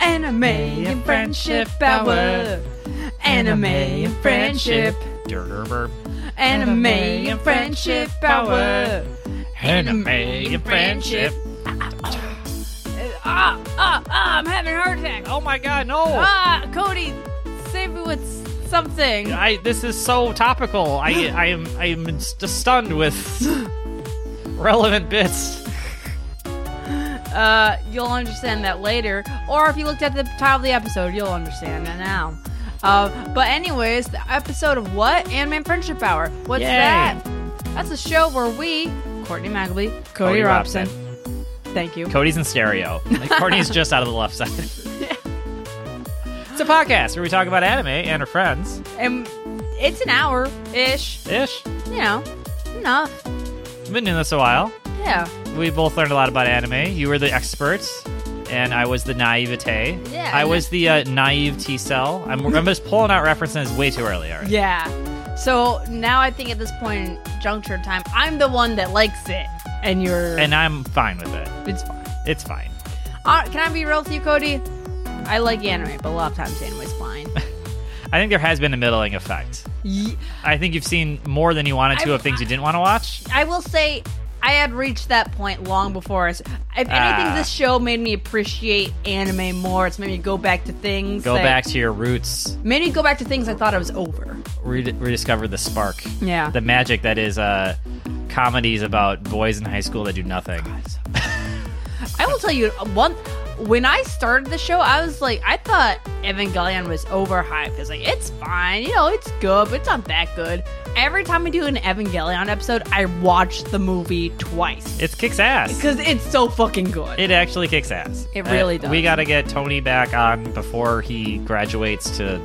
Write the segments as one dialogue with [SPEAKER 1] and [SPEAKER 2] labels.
[SPEAKER 1] Anime and Friendship Hour. Anime and Friendship.
[SPEAKER 2] Derber.
[SPEAKER 1] Anime and Friendship Hour.
[SPEAKER 2] Anime and friendship.
[SPEAKER 1] Ah, ah, ah, I'm having a heart attack.
[SPEAKER 2] Oh my god, no!
[SPEAKER 1] Ah, Cody, save me with something.
[SPEAKER 2] I this is so topical. I I am I am st- stunned with relevant bits.
[SPEAKER 1] Uh, you'll understand that later. Or if you looked at the title of the episode, you'll understand that now. Uh, but anyways, the episode of what? Anime and Friendship Hour. What's
[SPEAKER 2] Yay.
[SPEAKER 1] that? That's a show where we, Courtney Magleby, Cody,
[SPEAKER 2] Cody
[SPEAKER 1] Robson.
[SPEAKER 2] Robson.
[SPEAKER 1] Thank you.
[SPEAKER 2] Cody's in stereo. Like, Courtney's just out of the left side. it's a podcast where we talk about anime and our friends.
[SPEAKER 1] and it's an hour ish.
[SPEAKER 2] Ish.
[SPEAKER 1] You know, enough.
[SPEAKER 2] We've been doing this a while.
[SPEAKER 1] Yeah,
[SPEAKER 2] We both learned a lot about anime. You were the experts, and I was the naivete.
[SPEAKER 1] Yeah,
[SPEAKER 2] I
[SPEAKER 1] and-
[SPEAKER 2] was the uh, naive T cell. I'm, I'm just pulling out references way too early already.
[SPEAKER 1] yeah. So now I think at this point in juncture in time, I'm the one that likes it, and you're
[SPEAKER 2] And I'm fine with it.
[SPEAKER 1] it's fine.
[SPEAKER 2] It's fine.
[SPEAKER 1] Uh, can I be real with you, Cody? I like anime, but a lot of times anime's fine.
[SPEAKER 2] I think there has been a middling effect.
[SPEAKER 1] Ye-
[SPEAKER 2] I think you've seen more than you wanted to
[SPEAKER 1] I-
[SPEAKER 2] of things you didn't want to watch.
[SPEAKER 1] I will say I had reached that point long before. us. If anything,
[SPEAKER 2] Ah.
[SPEAKER 1] this show made me appreciate anime more. It's made me go back to things.
[SPEAKER 2] Go
[SPEAKER 1] that-
[SPEAKER 2] back to your roots.
[SPEAKER 1] Made me go back to things I thought I was over.
[SPEAKER 2] Red- rediscover the spark,
[SPEAKER 1] Yeah.
[SPEAKER 2] the magic that is uh, comedies about boys in high school that do nothing.
[SPEAKER 1] I will tell you uh, one. When I started the show, I was like, I thought Evangelion was overhyped. It's like it's fine, you know, it's good, but it's not that good. Every time we do an Evangelion episode, I watch the movie twice
[SPEAKER 2] It kicks ass.
[SPEAKER 1] because it's so fucking good.
[SPEAKER 2] It actually kicks ass.
[SPEAKER 1] It really does.
[SPEAKER 2] We got to get Tony back on before he graduates to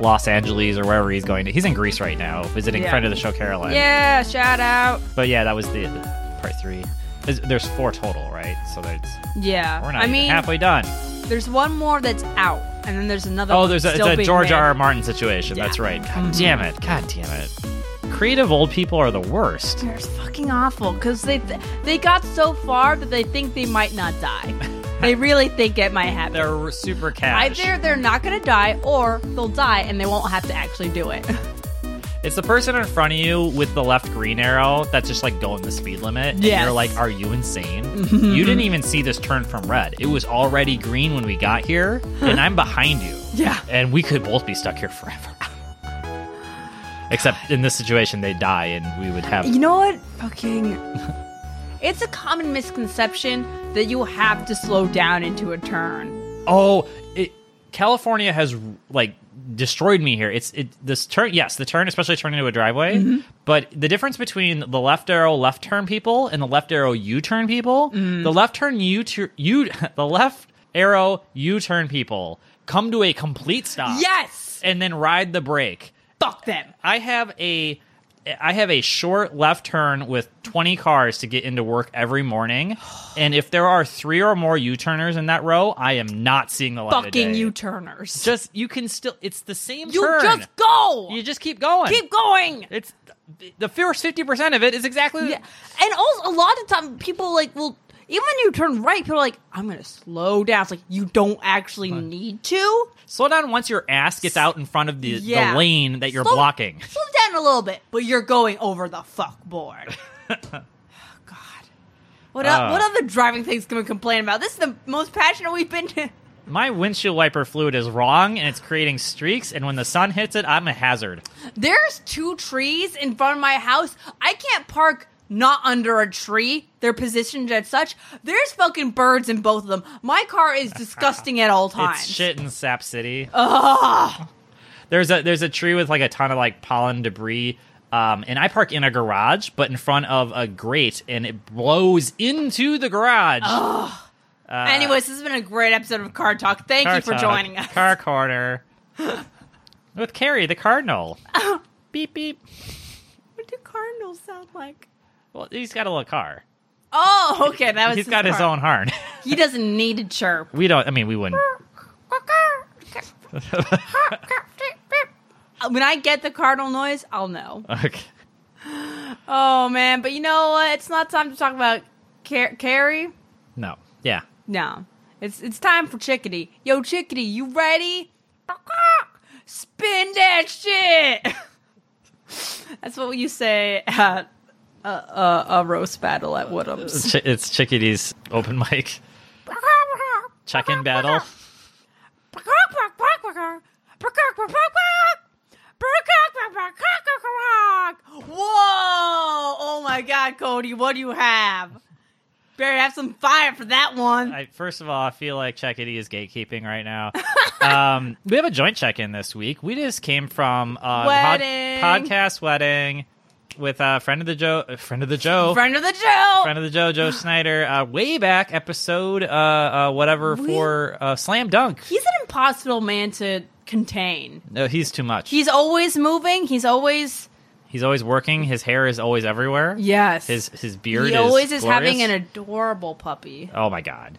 [SPEAKER 2] Los Angeles or wherever he's going to. He's in Greece right now, visiting
[SPEAKER 1] Yeah.
[SPEAKER 2] friend of the show Caroline.
[SPEAKER 1] yeah, shout out.
[SPEAKER 2] But yeah, that was the, the part three. There's- There's four total, right? So that's
[SPEAKER 1] Yeah,
[SPEAKER 2] we're not
[SPEAKER 1] I
[SPEAKER 2] even
[SPEAKER 1] mean,
[SPEAKER 2] halfway done.
[SPEAKER 1] there's one more that's out, and then there's another.
[SPEAKER 2] Oh,
[SPEAKER 1] one
[SPEAKER 2] there's a, it's
[SPEAKER 1] still
[SPEAKER 2] a
[SPEAKER 1] being
[SPEAKER 2] George
[SPEAKER 1] made.
[SPEAKER 2] R. R. Martin situation. That's
[SPEAKER 1] Yeah.
[SPEAKER 2] right. God damn it. God damn it. Creative old people are the worst.
[SPEAKER 1] They're fucking awful because they they got so far that they think they might not die. they really think it might happen.
[SPEAKER 2] They're super cash.
[SPEAKER 1] Either they're not gonna die, or they'll die and they won't have to actually do it.
[SPEAKER 2] It's the person in front of you with the left green arrow that's just like going the speed limit. And
[SPEAKER 1] Yes.
[SPEAKER 2] you're like, are you insane? You didn't even see this turn from red. It was already green when we got here, and I'm behind you.
[SPEAKER 1] Yeah.
[SPEAKER 2] And we could both be stuck here forever. Except in this situation, they die, and we would have.
[SPEAKER 1] You know what? Fucking. It's a common misconception that you have to slow down into a turn.
[SPEAKER 2] Oh, it, California has like destroyed me here. It's it this turn. Yes, the turn, especially turning into a driveway. But the difference between the left arrow left turn people and the left arrow U turn people, the left turn U tu- U the left arrow U turn people come to a complete stop.
[SPEAKER 1] Yes!
[SPEAKER 2] and then ride the brake.
[SPEAKER 1] Fuck them.
[SPEAKER 2] I have a I have a short left turn with 20 cars to get into work every morning. And if there are 3 or more U-turners in that row, I am not seeing the light of
[SPEAKER 1] Fucking
[SPEAKER 2] day.
[SPEAKER 1] U turners.
[SPEAKER 2] Just you can still it's the same
[SPEAKER 1] You
[SPEAKER 2] turn.
[SPEAKER 1] just go!
[SPEAKER 2] You just keep going.
[SPEAKER 1] Keep going!
[SPEAKER 2] It's the first 50% of it is exactly
[SPEAKER 1] Yeah. And also, a lot of time people like will even when you turn right, people are like, "I'm gonna slow down." It's like you don't actually need to.
[SPEAKER 2] slow down once your ass gets out in front of the,
[SPEAKER 1] Yeah.
[SPEAKER 2] the lane that you're
[SPEAKER 1] Slow-
[SPEAKER 2] blocking.
[SPEAKER 1] Slow down a little bit, but you're going over the fuck board. Oh, God, what el-
[SPEAKER 2] Uh.
[SPEAKER 1] what other driving things can we complain about? This is the most passionate we've been. to.
[SPEAKER 2] My windshield wiper fluid is wrong and it's creating streaks and when the sun hits it, I'm a hazard.
[SPEAKER 1] There's two trees in front of my house. I can't park not under a tree. They're positioned at such. There's fucking birds in both of them. My car is disgusting at all times.
[SPEAKER 2] It's shit in Sap City.
[SPEAKER 1] Ugh.
[SPEAKER 2] There's a there's a tree with like a ton of like pollen debris. Um, and I park in a garage, but in front of a grate, and it blows into the garage.
[SPEAKER 1] Oh, Anyways, this has been a great episode of Car Talk. Thank
[SPEAKER 2] Car
[SPEAKER 1] you for
[SPEAKER 2] talk,
[SPEAKER 1] joining us.
[SPEAKER 2] Car corner with Carrie the cardinal. beep beep.
[SPEAKER 1] What do cardinals sound like?
[SPEAKER 2] Well, he's got a little car.
[SPEAKER 1] Oh, okay, that was.
[SPEAKER 2] he's got his
[SPEAKER 1] car.
[SPEAKER 2] own horn.
[SPEAKER 1] He doesn't need to chirp.
[SPEAKER 2] we don't. I mean, we wouldn't.
[SPEAKER 1] When I get the cardinal noise, I'll know.
[SPEAKER 2] Okay.
[SPEAKER 1] Oh man, but you know what? It's not time to talk about Car- Carrie.
[SPEAKER 2] No. Yeah.
[SPEAKER 1] No, It's it's time for Chickadee. Yo, Chickadee, you ready? Spin that shit. That's what you say at a, a, a roast battle at Woodhams.
[SPEAKER 2] Chi- it's Chickadee's open mic check-in battle.
[SPEAKER 1] Whoa! Oh my god, Cody, what do you have? Better have some fire for that one.
[SPEAKER 2] I, first of all, I feel like Chickadee is gatekeeping right now. um, we have a joint check-in this week. We just came from uh,
[SPEAKER 1] Wedding.
[SPEAKER 2] podcast wedding with a friend of the Joe, uh, friend of the Joe,
[SPEAKER 1] Friend of the Joe!
[SPEAKER 2] friend of the Joe, Joe Snyder. Uh, way back episode, uh, uh, whatever
[SPEAKER 1] We-
[SPEAKER 2] for uh, Slam Dunk.
[SPEAKER 1] He's an impossible man to contain.
[SPEAKER 2] No, he's too much.
[SPEAKER 1] He's always moving, he's always.
[SPEAKER 2] He's always working. His hair is always everywhere.
[SPEAKER 1] Yes.
[SPEAKER 2] His his beard.
[SPEAKER 1] he always is
[SPEAKER 2] glorious.
[SPEAKER 1] having an adorable puppy.
[SPEAKER 2] Oh my god!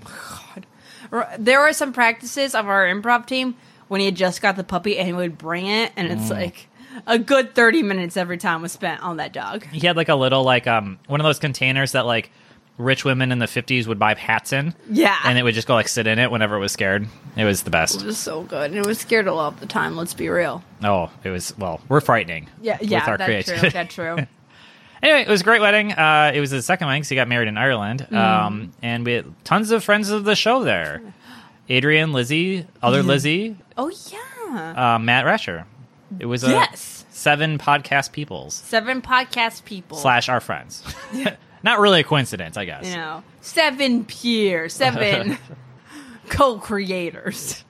[SPEAKER 1] R- there were some practices of our improv team when he had just got the puppy and he would bring it and it's
[SPEAKER 2] Mm.
[SPEAKER 1] like a good 30 minutes every time was spent on that dog
[SPEAKER 2] He had like a little like um one of those containers that like rich women in the fifties would buy hats in,
[SPEAKER 1] yeah
[SPEAKER 2] and it would just go like sit in it whenever it was scared. It was the best.
[SPEAKER 1] was so good and it was scared a lot of the time let's be real
[SPEAKER 2] Oh, it was well, we're frightening.
[SPEAKER 1] yeah yeah
[SPEAKER 2] with our
[SPEAKER 1] that's true
[SPEAKER 2] creativity.
[SPEAKER 1] that's true
[SPEAKER 2] anyway, it was a great wedding. Uh, it was his second wedding. 'cause he got married in Ireland,
[SPEAKER 1] Mm.
[SPEAKER 2] um, and we had tons of friends of the show there. Adrian, Lizzie, other Lizzie,
[SPEAKER 1] oh yeah
[SPEAKER 2] uh, Matt Rasher. It was a
[SPEAKER 1] Yes.
[SPEAKER 2] seven podcast peoples.
[SPEAKER 1] seven podcast people
[SPEAKER 2] slash our friends. Not really a coincidence, I guess.
[SPEAKER 1] you know seven peer seven co-creators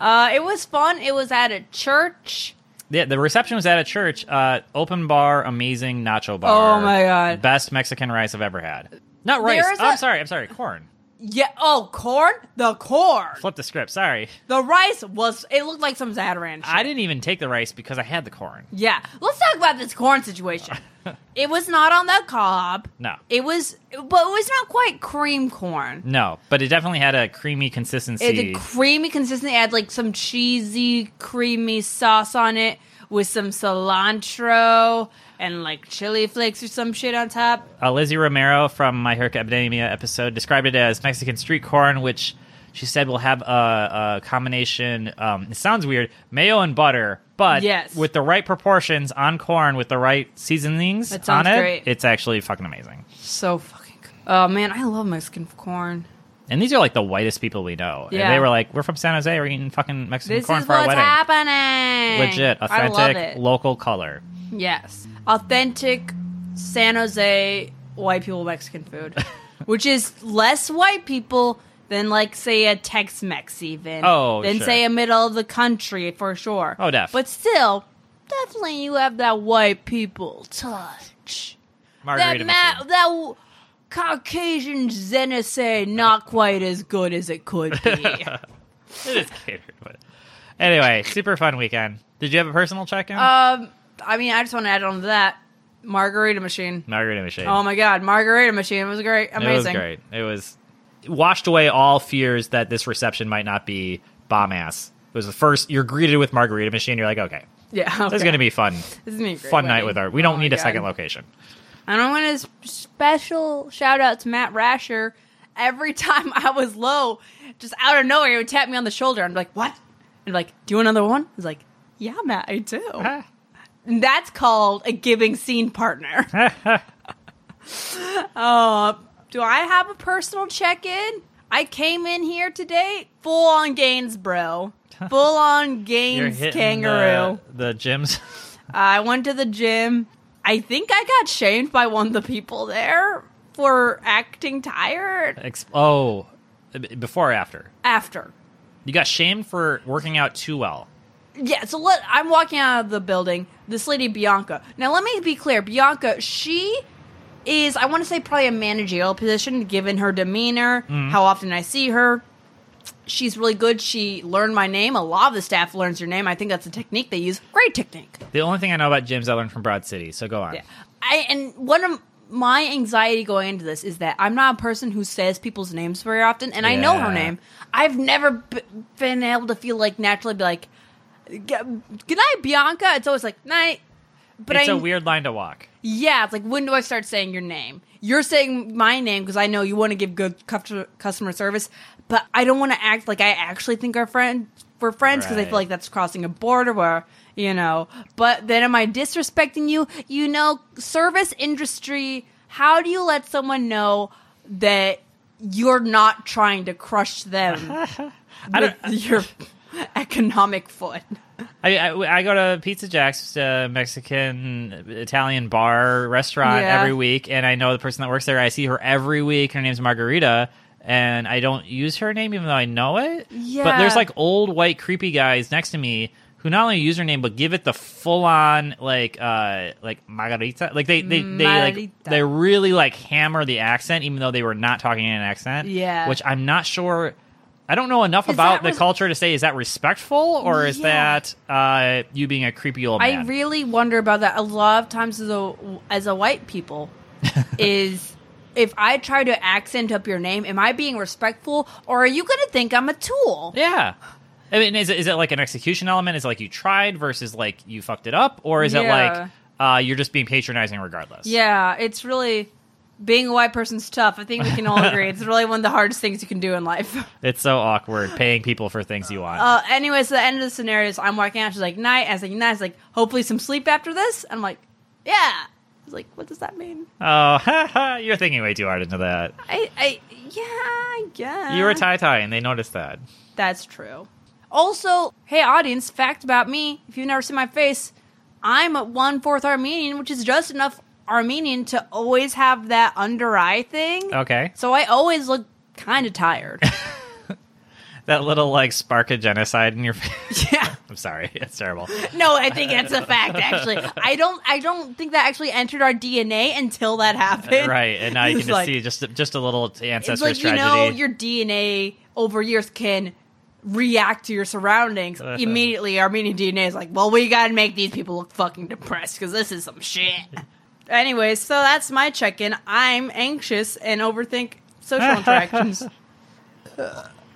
[SPEAKER 1] uh it was fun it was at a church
[SPEAKER 2] Yeah, the reception was at a church. Uh, open bar, amazing nacho bar.
[SPEAKER 1] Oh my God.
[SPEAKER 2] best Mexican rice I've ever had. Not rice.
[SPEAKER 1] There is
[SPEAKER 2] Oh, I'm
[SPEAKER 1] a-
[SPEAKER 2] sorry. I'm sorry. Corn.
[SPEAKER 1] yeah oh corn the corn
[SPEAKER 2] Flip the script. Sorry,
[SPEAKER 1] The rice was it looked like some Zataran shit.
[SPEAKER 2] I didn't even take the rice because I had the corn.
[SPEAKER 1] yeah. Let's talk about this corn situation. it was not on the cob.
[SPEAKER 2] No.
[SPEAKER 1] It was but it was not quite cream corn.
[SPEAKER 2] No, but it definitely had a creamy consistency.
[SPEAKER 1] It had a creamy consistency. It had like some cheesy, creamy sauce on it with some cilantro and like chili flakes or some shit on top.
[SPEAKER 2] uh, Lizzie Romero from My Hero Academia episode described it as Mexican street corn, which she said will have a, a combination. Um, it sounds weird, mayo and butter, but
[SPEAKER 1] Yes.
[SPEAKER 2] with the right proportions on corn with the right seasonings
[SPEAKER 1] That
[SPEAKER 2] on
[SPEAKER 1] sounds
[SPEAKER 2] it,
[SPEAKER 1] great.
[SPEAKER 2] it's actually fucking amazing.
[SPEAKER 1] So fucking good. Oh man, I love Mexican corn.
[SPEAKER 2] And these are like the whitest people we know.
[SPEAKER 1] Yeah.
[SPEAKER 2] And they were like, "We're from San Jose. We're eating fucking Mexican
[SPEAKER 1] This
[SPEAKER 2] corn
[SPEAKER 1] is
[SPEAKER 2] for our
[SPEAKER 1] what's
[SPEAKER 2] wedding.
[SPEAKER 1] happening.
[SPEAKER 2] Legit,
[SPEAKER 1] I love
[SPEAKER 2] authentic,
[SPEAKER 1] it.
[SPEAKER 2] local color."
[SPEAKER 1] Yes. Authentic San Jose white people Mexican food, which is less white people than, like, say, a Tex Mex, even.
[SPEAKER 2] Oh,
[SPEAKER 1] Than,
[SPEAKER 2] sure.
[SPEAKER 1] say, a middle of the country, for sure.
[SPEAKER 2] Oh, def.
[SPEAKER 1] But still, definitely you have that white people touch.
[SPEAKER 2] Margarita.
[SPEAKER 1] that ma-
[SPEAKER 2] machine.
[SPEAKER 1] that w- Caucasian Zenese not quite as good as it could be.
[SPEAKER 2] it is catered, but anyway, super fun weekend. Did you have a personal check-in?
[SPEAKER 1] um, I mean, I just want to add on to that margarita machine.
[SPEAKER 2] Margarita machine.
[SPEAKER 1] Oh my god, margarita machine was great, amazing.
[SPEAKER 2] Mm. It was great. It was it washed away all fears that this reception might not be bomb ass. It was the first you're greeted with margarita machine. You're like, okay,
[SPEAKER 1] Yeah,
[SPEAKER 2] this is gonna be fun.
[SPEAKER 1] this is gonna be a great
[SPEAKER 2] Fun night
[SPEAKER 1] wedding.
[SPEAKER 2] with our.
[SPEAKER 1] Oh
[SPEAKER 2] We don't
[SPEAKER 1] my
[SPEAKER 2] need a
[SPEAKER 1] God.
[SPEAKER 2] second location.
[SPEAKER 1] And I want to s- special shout out to Matt Rasher. Every time I was low, just out of nowhere, he would tap me on the shoulder. I'm like, "What?" And like, "Do you want another one?" He's like, "Yeah, Matt, I do." And that's called a giving scene partner. uh, do I have a personal check in? I came in here today full on gains, bro. Full on
[SPEAKER 2] You're
[SPEAKER 1] gains,
[SPEAKER 2] hitting
[SPEAKER 1] kangaroo.
[SPEAKER 2] the, the gyms.
[SPEAKER 1] I went to the gym. I think I got shamed by one of the people there for acting tired
[SPEAKER 2] Ex- oh, b- before or after
[SPEAKER 1] after.
[SPEAKER 2] you got shamed for working out too well.
[SPEAKER 1] Yeah, so let I'm walking out of the building. This lady Bianca. Now let me be clear. Bianca, she is I want to say probably a managerial position given her demeanor, how often I see her. She's really good. She learned my name. A lot of the staff learns your name. I think that's a technique they use. Great technique.
[SPEAKER 2] The only thing I know about gyms I learned from Broad City. So go on.
[SPEAKER 1] Yeah. I and one of my anxiety going into this is that I'm not a person who says people's names very often, and I know her
[SPEAKER 2] Yeah.
[SPEAKER 1] name. I've never b- been able to feel like naturally be like, "G- "Good night, Bianca." It's always like night. But
[SPEAKER 2] it's
[SPEAKER 1] I
[SPEAKER 2] a weird line to walk.
[SPEAKER 1] yeah, it's like when do I start saying your name? You're saying my name because I know you want to give good customer customer service, but I don't want to act like I actually think our friend we're friends because I
[SPEAKER 2] Right.
[SPEAKER 1] feel like that's crossing a border where you know. But then am I disrespecting you? You know, service industry. How do you let someone know that you're not trying to crush them
[SPEAKER 2] I
[SPEAKER 1] with
[SPEAKER 2] don't-
[SPEAKER 1] your economic foot?
[SPEAKER 2] I, I, I go to Pizza Jack's, uh, Mexican Italian bar restaurant
[SPEAKER 1] Yeah.
[SPEAKER 2] every week, and I know the person that works there. I see her every week. Her name's Margarita, and I don't use her name even though I know it. But
[SPEAKER 1] Yeah.
[SPEAKER 2] there's like old white creepy guys next to me who not only use her name but give it the full on like uh like Margarita. Like they they they
[SPEAKER 1] Margarita.
[SPEAKER 2] like they really like hammer the accent even though they were not talking in an accent.
[SPEAKER 1] Yeah.
[SPEAKER 2] which I'm not sure. I don't know enough
[SPEAKER 1] Is
[SPEAKER 2] about
[SPEAKER 1] that
[SPEAKER 2] the
[SPEAKER 1] res-
[SPEAKER 2] culture to say is that respectful or is
[SPEAKER 1] Yeah.
[SPEAKER 2] that uh, you being a creepy old
[SPEAKER 1] I
[SPEAKER 2] man?
[SPEAKER 1] really wonder about that. A lot of times, as a, as a white people, is if I try to accent up your name, am I being respectful, or are you going to think I'm a tool?
[SPEAKER 2] yeah. I mean, is it, is it like an execution element? Is it like you tried versus like you fucked it up, or is
[SPEAKER 1] Yeah.
[SPEAKER 2] it like uh, you're just being patronizing regardless?
[SPEAKER 1] Yeah, it's really being a white person's tough. I think we can all agree. it's really one of the hardest things you can do in life.
[SPEAKER 2] it's so awkward paying people for things you want.
[SPEAKER 1] Uh, anyway, so the end of the scenario is I'm walking out. She's like, night. I was like, night. I was like, hopefully some sleep after this. And I'm like, yeah. I was like, what does that mean?
[SPEAKER 2] oh, ha, ha, you're thinking way too hard into that.
[SPEAKER 1] I, I, yeah, I guess.
[SPEAKER 2] You were tie tie, and they noticed that.
[SPEAKER 1] That's true. Also, hey, audience, fact about me if you've never seen my face, I'm a one fourth Armenian, which is just enough Armenian to always have that under eye thing.
[SPEAKER 2] Okay,
[SPEAKER 1] So I always look kind of tired.
[SPEAKER 2] that little like spark of genocide in your face.
[SPEAKER 1] yeah.
[SPEAKER 2] I'm sorry, it's terrible.
[SPEAKER 1] No, I think that's a fact. Actually, I don't. I don't think that actually entered our DNA until that happened.
[SPEAKER 2] right, and now you
[SPEAKER 1] It's
[SPEAKER 2] can just
[SPEAKER 1] like-
[SPEAKER 2] see just just a little ancestor's
[SPEAKER 1] It's like you
[SPEAKER 2] tragedy.
[SPEAKER 1] know your DNA over years can react to your surroundings.
[SPEAKER 2] Uh-huh.
[SPEAKER 1] Immediately, Armenian DNA is like, well, we gotta make these people look fucking depressed because this is some shit. Anyways, so that's my check-in. I'm anxious and overthink social interactions.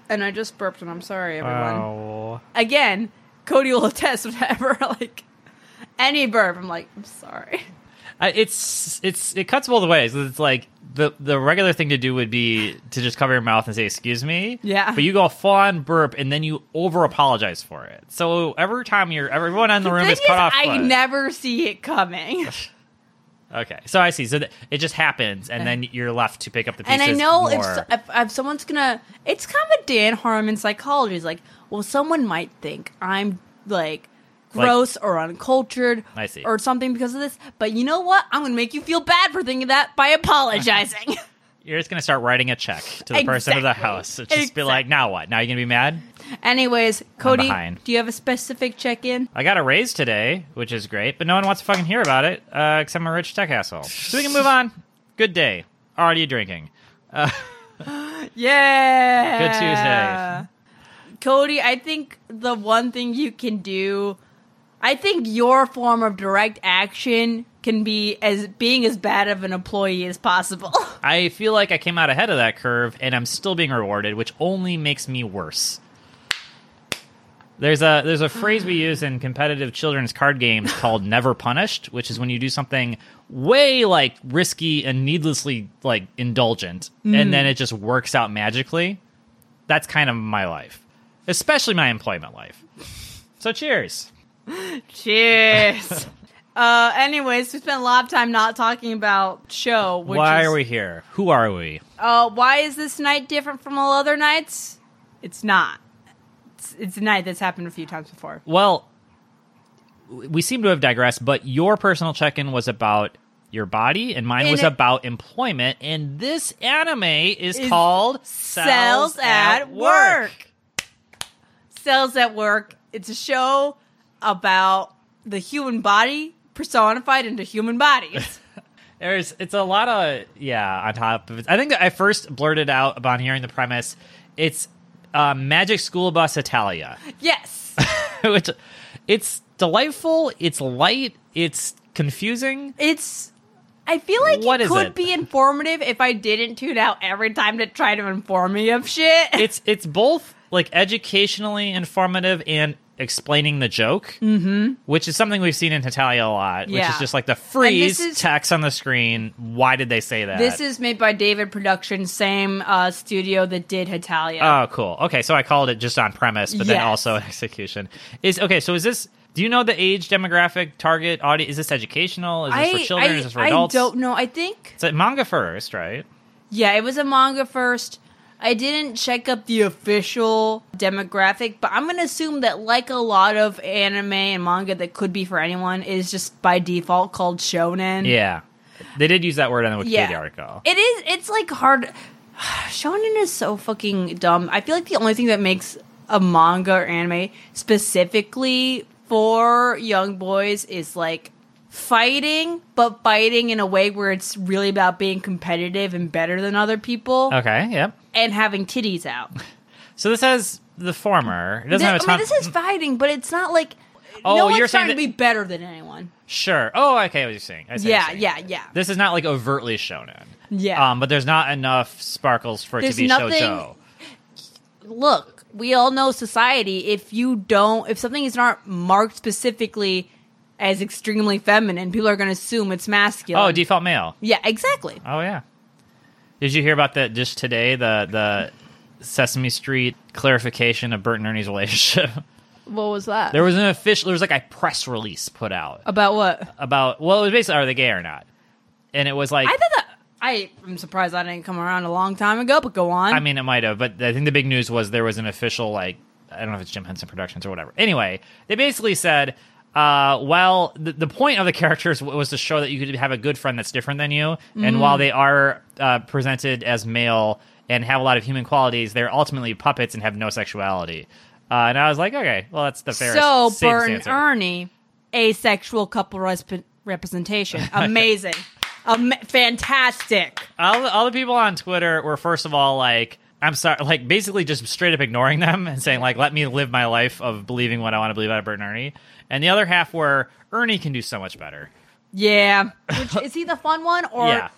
[SPEAKER 1] and I just burped, and I'm sorry, everyone
[SPEAKER 2] Oh.
[SPEAKER 1] again, Cody will attest whatever like any burp. I'm like, I'm sorry.
[SPEAKER 2] I- it's it's it cuts both ways. It's like the the regular thing to do would be to just cover your mouth and say excuse me.
[SPEAKER 1] Yeah.
[SPEAKER 2] But you go full on burp and then you over apologize for it. So every time you're everyone in the room
[SPEAKER 1] Thing
[SPEAKER 2] is cut off.
[SPEAKER 1] I
[SPEAKER 2] guard.
[SPEAKER 1] never see it coming,
[SPEAKER 2] okay. So I see. So th- it just happens and then you're left to pick up the pieces.
[SPEAKER 1] and I know if,
[SPEAKER 2] more.
[SPEAKER 1] so- if if someone's gonna, it's kind of a Dan Harmon psychology. It's like, well, someone might think I'm like gross or uncultured,
[SPEAKER 2] I see.
[SPEAKER 1] or something because of this. But you know what? I'm gonna make you feel bad for thinking that by apologizing.
[SPEAKER 2] you're just gonna start writing a check to the person of the
[SPEAKER 1] Exactly.
[SPEAKER 2] house. It's just be like,
[SPEAKER 1] Exactly.
[SPEAKER 2] now what? Now you're gonna be mad?
[SPEAKER 1] Anyways, Cody,
[SPEAKER 2] behind.
[SPEAKER 1] do you have a specific check in?
[SPEAKER 2] I got a raise today, which is great, but no one wants to fucking hear about it, uh, except I'm a rich tech asshole. So we can move on. Good day. Already drinking.
[SPEAKER 1] Yeah.
[SPEAKER 2] Good Tuesday.
[SPEAKER 1] Cody, I think the one thing you can do, I think your form of direct action can be as being as bad of an employee as possible.
[SPEAKER 2] I feel like I came out ahead of that curve, and I'm still being rewarded, which only makes me worse. There's a there's a phrase we use in competitive children's card games called "never punished," which is when you do something way like risky and needlessly like indulgent, and
[SPEAKER 1] Mm.
[SPEAKER 2] then it just works out magically. That's kind of my life, especially my employment life. So cheers.
[SPEAKER 1] Cheers. uh, anyways, we spent a lot of time not talking about show. Which
[SPEAKER 2] Why
[SPEAKER 1] is,
[SPEAKER 2] are we here? Who are we?
[SPEAKER 1] Uh, why is this night different from all other nights? It's not. It's, it's a night that's happened a few times before.
[SPEAKER 2] Well, we seem to have digressed, but your personal check in was about your body, and mine
[SPEAKER 1] And
[SPEAKER 2] was
[SPEAKER 1] it-
[SPEAKER 2] about employment. And this anime is,
[SPEAKER 1] Is
[SPEAKER 2] called
[SPEAKER 1] Cells at Work. Cells at Work. It's a show about the human body personified into human bodies.
[SPEAKER 2] There's, it's a lot of yeah. On top of it, I think I first blurted out upon hearing the premise. It's uh, Magic School Bus Italia.
[SPEAKER 1] yes.
[SPEAKER 2] which it's delightful. It's light. It's confusing.
[SPEAKER 1] It's I feel like
[SPEAKER 2] What
[SPEAKER 1] it
[SPEAKER 2] is
[SPEAKER 1] could
[SPEAKER 2] it?
[SPEAKER 1] be informative if I didn't tune out every time to try to inform me of shit.
[SPEAKER 2] it's it's both like educationally informative and explaining the joke, mm-hmm. which is something we've seen in Italia a lot, which
[SPEAKER 1] Yeah.
[SPEAKER 2] is just like the
[SPEAKER 1] this
[SPEAKER 2] freeze
[SPEAKER 1] is-
[SPEAKER 2] text on the screen. Why did they say that?
[SPEAKER 1] This is made by David Productions, same uh, studio that did Hitalia.
[SPEAKER 2] Oh, cool. Okay, so I called it just on premise, but then
[SPEAKER 1] Yes.
[SPEAKER 2] also execution. Is okay. So is this? Do you know the age demographic target audience? Is this educational? Is
[SPEAKER 1] Uh,
[SPEAKER 2] this for children? is this for adults?
[SPEAKER 1] I don't know. I think
[SPEAKER 2] It's a manga first, right?
[SPEAKER 1] yeah, it was a manga first. I didn't check up the official demographic, but I'm gonna assume that like a lot of anime and manga that could be for anyone is just by default called shonen.
[SPEAKER 2] Yeah, they did use that word on the Wikipedia
[SPEAKER 1] Yeah.
[SPEAKER 2] article.
[SPEAKER 1] It is. It's like hard. Shonen is so fucking dumb. I feel like the only thing that makes a manga or anime specifically for young boys is like fighting, but fighting in a way where it's really about being competitive and better than other people
[SPEAKER 2] okay, yep.
[SPEAKER 1] and having titties out.
[SPEAKER 2] So this has the former.
[SPEAKER 1] This,
[SPEAKER 2] It doesn't have a
[SPEAKER 1] I
[SPEAKER 2] ton.
[SPEAKER 1] mean, this is fighting, but it's not like.
[SPEAKER 2] Oh,
[SPEAKER 1] no one's
[SPEAKER 2] you're saying
[SPEAKER 1] trying to
[SPEAKER 2] that-
[SPEAKER 1] be better than anyone.
[SPEAKER 2] sure. Oh, okay. What you're saying? I see what
[SPEAKER 1] Yeah,
[SPEAKER 2] you're
[SPEAKER 1] yeah,
[SPEAKER 2] saying.
[SPEAKER 1] yeah.
[SPEAKER 2] This is not like overtly shonen.
[SPEAKER 1] Yeah.
[SPEAKER 2] Um, but there's not enough sparkles for it
[SPEAKER 1] There's
[SPEAKER 2] to be Oh,
[SPEAKER 1] nothing-
[SPEAKER 2] shojo.
[SPEAKER 1] look, we all know society. If you don't, if something is not marked specifically as extremely feminine, people are going to assume it's masculine.
[SPEAKER 2] Oh, default male.
[SPEAKER 1] yeah, exactly.
[SPEAKER 2] Oh yeah. Did you hear about that just today? The the Sesame Street clarification of Bert and Ernie's relationship.
[SPEAKER 1] What was that
[SPEAKER 2] there was an official. There was like a press release put out
[SPEAKER 1] about? What
[SPEAKER 2] about. Well, it was basically are they gay or not? And it was like.
[SPEAKER 1] I thought that I am surprised I didn't come around a long time ago. But go on.
[SPEAKER 2] I mean, it might have, but I think the big news was there was an official like I don't know if it's Jim Henson Productions or whatever. Anyway, they basically said, uh, well, the, the point of the characters w- was to show that you could have a good friend that's different than you, and while they are uh, presented as male and have a lot of human qualities, they're ultimately puppets and have no sexuality. Uh, and I was like, okay, well, that's the fairest.
[SPEAKER 1] so
[SPEAKER 2] safest
[SPEAKER 1] Bert and
[SPEAKER 2] answer.
[SPEAKER 1] Ernie, asexual couple resp- representation, amazing, Am- fantastic.
[SPEAKER 2] all, all the people on Twitter were first of all like, I'm sorry, like basically just straight up ignoring them and saying like, let me live my life of believing what I want to believe out of Bert and Ernie. And the other half were Ernie can do so much better.
[SPEAKER 1] Yeah. Which, is he the fun one or?
[SPEAKER 2] Yeah.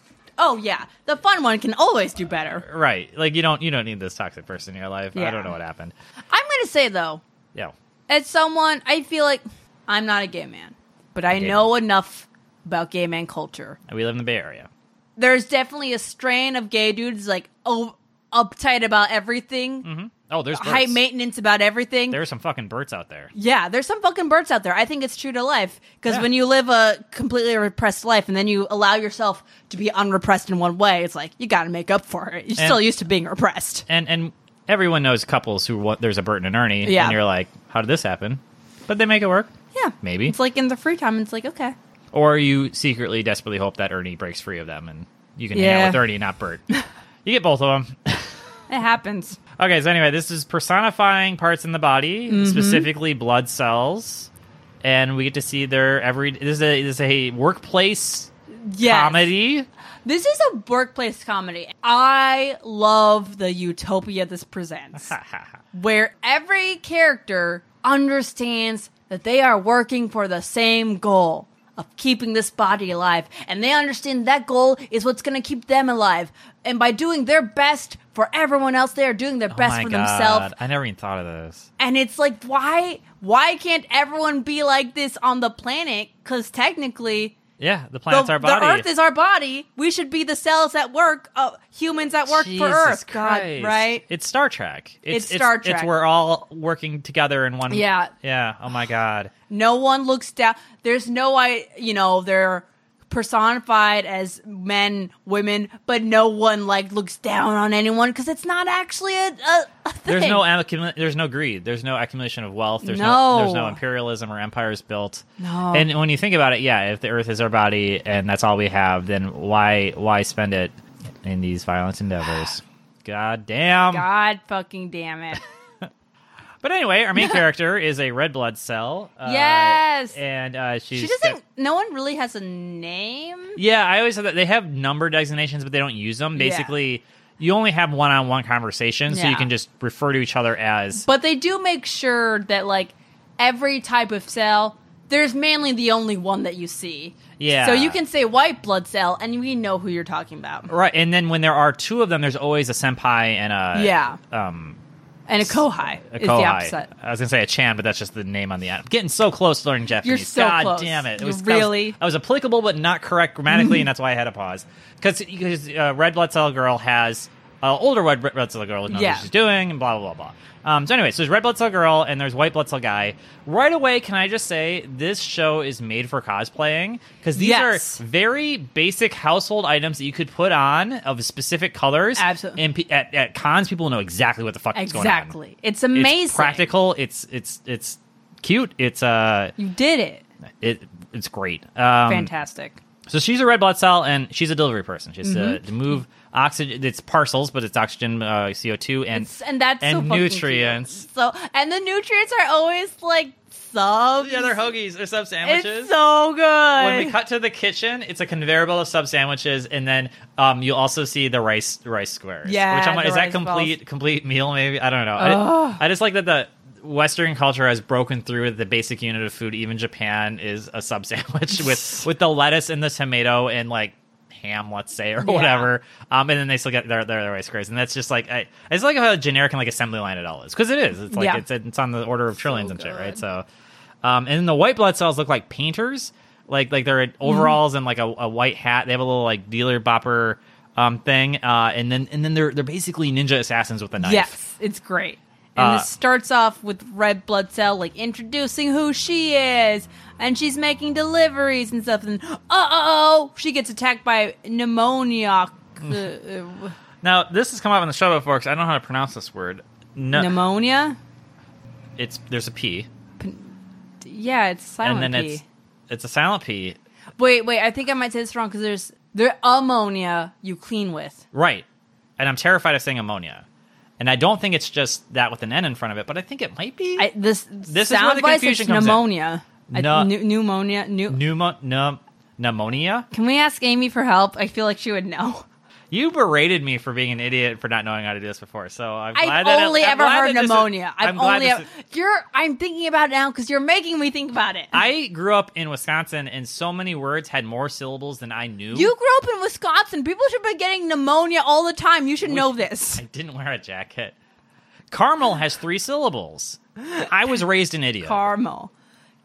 [SPEAKER 1] Oh yeah, the fun one can always do better.
[SPEAKER 2] Right? Like you don't you don't need this toxic person in your life. I
[SPEAKER 1] Yeah.
[SPEAKER 2] don't know what happened.
[SPEAKER 1] I'm going to say though,
[SPEAKER 2] Yeah.
[SPEAKER 1] as someone, I feel like I'm not a gay man, but I
[SPEAKER 2] gay
[SPEAKER 1] know enough about gay man culture.
[SPEAKER 2] We live in the Bay Area.
[SPEAKER 1] There's definitely a strain of gay dudes like oh, uptight about everything,
[SPEAKER 2] Oh, there's birds.
[SPEAKER 1] high maintenance about everything.
[SPEAKER 2] There are some fucking birds out there.
[SPEAKER 1] yeah, there's some fucking birds out there. I think it's true to life because
[SPEAKER 2] Yeah.
[SPEAKER 1] when you live a completely repressed life and then you allow yourself to be unrepressed in one way, it's like you got to make up for it. You're still used to being repressed.
[SPEAKER 2] And and everyone knows couples who want there's a Bert and an Ernie.
[SPEAKER 1] Yeah.
[SPEAKER 2] And you're like, how did this happen? But they make it work.
[SPEAKER 1] Yeah,
[SPEAKER 2] Maybe.
[SPEAKER 1] it's like in the free time. It's like okay,
[SPEAKER 2] or you secretly desperately hope that Ernie breaks free of them and you can hang
[SPEAKER 1] Yeah.
[SPEAKER 2] out with Ernie, not Bert. you get both of them.
[SPEAKER 1] it happens.
[SPEAKER 2] okay, so anyway, this is personifying parts in the body,
[SPEAKER 1] Mm-hmm.
[SPEAKER 2] specifically blood cells, and we get to see their every. This is a this is a workplace
[SPEAKER 1] Yeah,
[SPEAKER 2] comedy.
[SPEAKER 1] This is a workplace comedy. I love the utopia this presents, where every character understands that they are working for the same goal of keeping this body alive, and they understand that goal is what's going to keep them alive. And by doing their best for everyone else, they are doing their best
[SPEAKER 2] Oh my
[SPEAKER 1] for
[SPEAKER 2] God,
[SPEAKER 1] themselves.
[SPEAKER 2] I never even thought of this.
[SPEAKER 1] And it's like, why? Why can't everyone be like this on the planet? Because technically,
[SPEAKER 2] Yeah, the planet's
[SPEAKER 1] the,
[SPEAKER 2] our body.
[SPEAKER 1] the Earth is our body. We should be the cells at work, uh, humans at work for Earth. God, right?
[SPEAKER 2] It's Star Trek.
[SPEAKER 1] It's Star Trek.
[SPEAKER 2] It's we're all working together in one.
[SPEAKER 1] Yeah.
[SPEAKER 2] Yeah. Oh my God.
[SPEAKER 1] No one looks down. There's no, I, you know, they're personified as men, women, but no one like looks down on anyone because it's not actually a, a, a thing.
[SPEAKER 2] There's no accumula- there's no greed. There's no accumulation of wealth. There's no.
[SPEAKER 1] No.
[SPEAKER 2] there's no imperialism or empires built.
[SPEAKER 1] No.
[SPEAKER 2] And when you think about it, yeah, if the earth is our body and that's all we have, then why why spend it in these violent endeavors? God damn.
[SPEAKER 1] God fucking damn it.
[SPEAKER 2] But anyway, our main character is a red blood cell. Uh,
[SPEAKER 1] Yes.
[SPEAKER 2] And uh, she's
[SPEAKER 1] She doesn't, no one really has a name.
[SPEAKER 2] Yeah, I always said that they have number designations, but they don't use them.
[SPEAKER 1] Yeah.
[SPEAKER 2] Basically, you only have one-on-one conversations, so
[SPEAKER 1] Yeah.
[SPEAKER 2] you can just refer to each other as
[SPEAKER 1] But they do make sure that like every type of cell, there's mainly the only one that you see.
[SPEAKER 2] Yeah.
[SPEAKER 1] So you can say white blood cell, and we know who you're talking about.
[SPEAKER 2] Right, and then when there are two of them, there's always a senpai and a
[SPEAKER 1] Yeah.
[SPEAKER 2] um,
[SPEAKER 1] and a kohai
[SPEAKER 2] A
[SPEAKER 1] is the
[SPEAKER 2] kohai.
[SPEAKER 1] opposite.
[SPEAKER 2] I was gonna say a Chan, but that's just the name on the end. I'm getting so close to learning Japanese.
[SPEAKER 1] so
[SPEAKER 2] God
[SPEAKER 1] close.
[SPEAKER 2] damn it! it
[SPEAKER 1] You're
[SPEAKER 2] was,
[SPEAKER 1] really-
[SPEAKER 2] I was, I was applicable, but not correct grammatically, and that's why I had a pause. Because uh, red blood cell girl has uh, older red blood cell girl knows
[SPEAKER 1] Yeah.
[SPEAKER 2] what she's doing, and blah blah blah blah. Um, so anyway, so there's red blood cell girl and there's white blood cell guy. Right away, can I just say this show is made for cosplaying because these
[SPEAKER 1] Yes.
[SPEAKER 2] are very basic household items that you could put on of specific colors.
[SPEAKER 1] Absolutely.
[SPEAKER 2] And pe- at, at cons, people know exactly what the fuck is going on.
[SPEAKER 1] Exactly. It's amazing.
[SPEAKER 2] It's practical. It's it's it's cute. It's uh,
[SPEAKER 1] You did it.
[SPEAKER 2] it it's great. Um,
[SPEAKER 1] Fantastic.
[SPEAKER 2] So she's a red blood cell, and she's a delivery person. She has
[SPEAKER 1] Mm-hmm.
[SPEAKER 2] to, to move oxygen. It's parcels, but it's oxygen, uh, CO two, and
[SPEAKER 1] It's- and that's so
[SPEAKER 2] and
[SPEAKER 1] fucking cute.
[SPEAKER 2] nutrients.
[SPEAKER 1] So and the nutrients are always like subs.
[SPEAKER 2] Yeah, they're hoagies. They're sub sandwiches.
[SPEAKER 1] It's so good.
[SPEAKER 2] when we cut to the kitchen, it's a conveyor belt of sub sandwiches, and then um, you'll also see the rice rice squares.
[SPEAKER 1] Yeah,
[SPEAKER 2] which I'm like,
[SPEAKER 1] the
[SPEAKER 2] is that
[SPEAKER 1] rice balls.
[SPEAKER 2] complete complete meal? Maybe I don't know. I, I just like that the Western culture has broken through the basic unit of food. Even Japan is a sub sandwich with with the lettuce and the tomato and like ham, let's say, or
[SPEAKER 1] Yeah.
[SPEAKER 2] whatever. Um, and then they still get their their, their rice squares, and that's just like I, I just like how generic and like assembly line it all is because it is. It's like
[SPEAKER 1] Yeah.
[SPEAKER 2] it's it's on the order of trillions and shit,
[SPEAKER 1] good.
[SPEAKER 2] right? So, um, and then the white blood cells look like painters, like like they're in
[SPEAKER 1] Mm-hmm.
[SPEAKER 2] overalls and like a, a white hat. They have a little like dealer bopper um thing, uh, and then and then they're they're basically ninja assassins with a knife.
[SPEAKER 1] Yes, it's great. And
[SPEAKER 2] Uh,
[SPEAKER 1] this starts off with Red Blood Cell like introducing who she is, and she's making deliveries and stuff. And uh oh, she gets attacked by pneumonia. uh, uh,
[SPEAKER 2] Now this has come up on the show before because I don't know how to pronounce this word. No,
[SPEAKER 1] pneumonia?
[SPEAKER 2] it's there's a P,
[SPEAKER 1] Yeah, it's silent.
[SPEAKER 2] and then
[SPEAKER 1] P.
[SPEAKER 2] it's it's a silent P,
[SPEAKER 1] wait, wait. I think I might say this wrong because there's there ammonia you clean with.
[SPEAKER 2] right? And I'm terrified of saying ammonia, and I don't think it's just that with an N in front of it, but I think it might be
[SPEAKER 1] I, this
[SPEAKER 2] This is where
[SPEAKER 1] sound
[SPEAKER 2] the
[SPEAKER 1] bites,
[SPEAKER 2] confusion
[SPEAKER 1] it's
[SPEAKER 2] comes in.
[SPEAKER 1] pneumonia. I-
[SPEAKER 2] No.
[SPEAKER 1] nu- pneumonia. Nu-
[SPEAKER 2] pneumo- pneum- pneumonia.
[SPEAKER 1] Can we ask Amy for help? I feel like she would know.
[SPEAKER 2] You berated me for being an idiot for not knowing how to do this before. So I'm glad
[SPEAKER 1] I've
[SPEAKER 2] that
[SPEAKER 1] only
[SPEAKER 2] I'm
[SPEAKER 1] ever
[SPEAKER 2] glad
[SPEAKER 1] heard
[SPEAKER 2] that this is-
[SPEAKER 1] pneumonia. I've
[SPEAKER 2] I'm glad
[SPEAKER 1] only e-
[SPEAKER 2] this
[SPEAKER 1] ever,
[SPEAKER 2] is-
[SPEAKER 1] you're. I'm thinking about it now because you're making me think about it.
[SPEAKER 2] I grew up in Wisconsin, and so many words had more syllables than I knew.
[SPEAKER 1] you grew up in Wisconsin. People should be getting pneumonia all the time. You should know this.
[SPEAKER 2] I didn't wear a jacket. Caramel has three syllables. I was raised an idiot.
[SPEAKER 1] Caramel,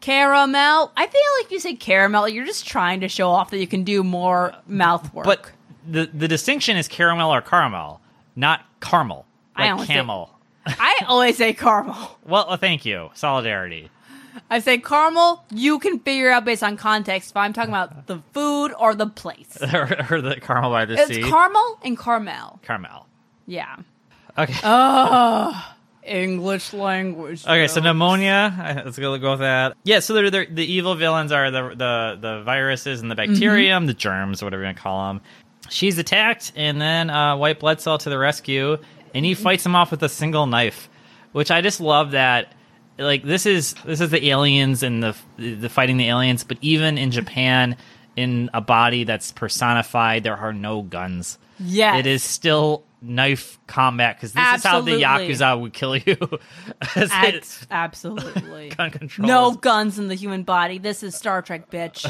[SPEAKER 1] caramel. I feel like you say caramel. You're just trying to show off that you can do more mouth work.
[SPEAKER 2] but the the distinction is caramel or caramel, not caramel.
[SPEAKER 1] I
[SPEAKER 2] Like
[SPEAKER 1] almost
[SPEAKER 2] camel.
[SPEAKER 1] I always say caramel.
[SPEAKER 2] Well, well, thank you. Solidarity.
[SPEAKER 1] I say caramel. You can figure out based on context if I'm talking about the food or the place.
[SPEAKER 2] or, or the caramel by the sea.
[SPEAKER 1] It's caramel and caramel.
[SPEAKER 2] caramel.
[SPEAKER 1] Yeah.
[SPEAKER 2] Okay.
[SPEAKER 1] English language.
[SPEAKER 2] Okay, so pneumonia. I- Let's go go with that. Yeah, so they're, they're, the evil villains are the the the viruses and the
[SPEAKER 1] Mm-hmm.
[SPEAKER 2] bacterium, the germs, whatever you want to call them. She's attacked, and then uh, White Blood Cell to the rescue, and
[SPEAKER 1] Mm-hmm.
[SPEAKER 2] he fights them off with a single knife, which I just love that. Like this is this is the aliens and the the fighting the aliens, but even in Japan, in a body that's personified, there are no guns.
[SPEAKER 1] Yes.
[SPEAKER 2] it is still knife combat because this is how
[SPEAKER 1] Absolutely.
[SPEAKER 2] the yakuza would kill you. As it-
[SPEAKER 1] Abs- absolutely.
[SPEAKER 2] gun control.
[SPEAKER 1] no guns in the human body. This is Star Trek, bitch.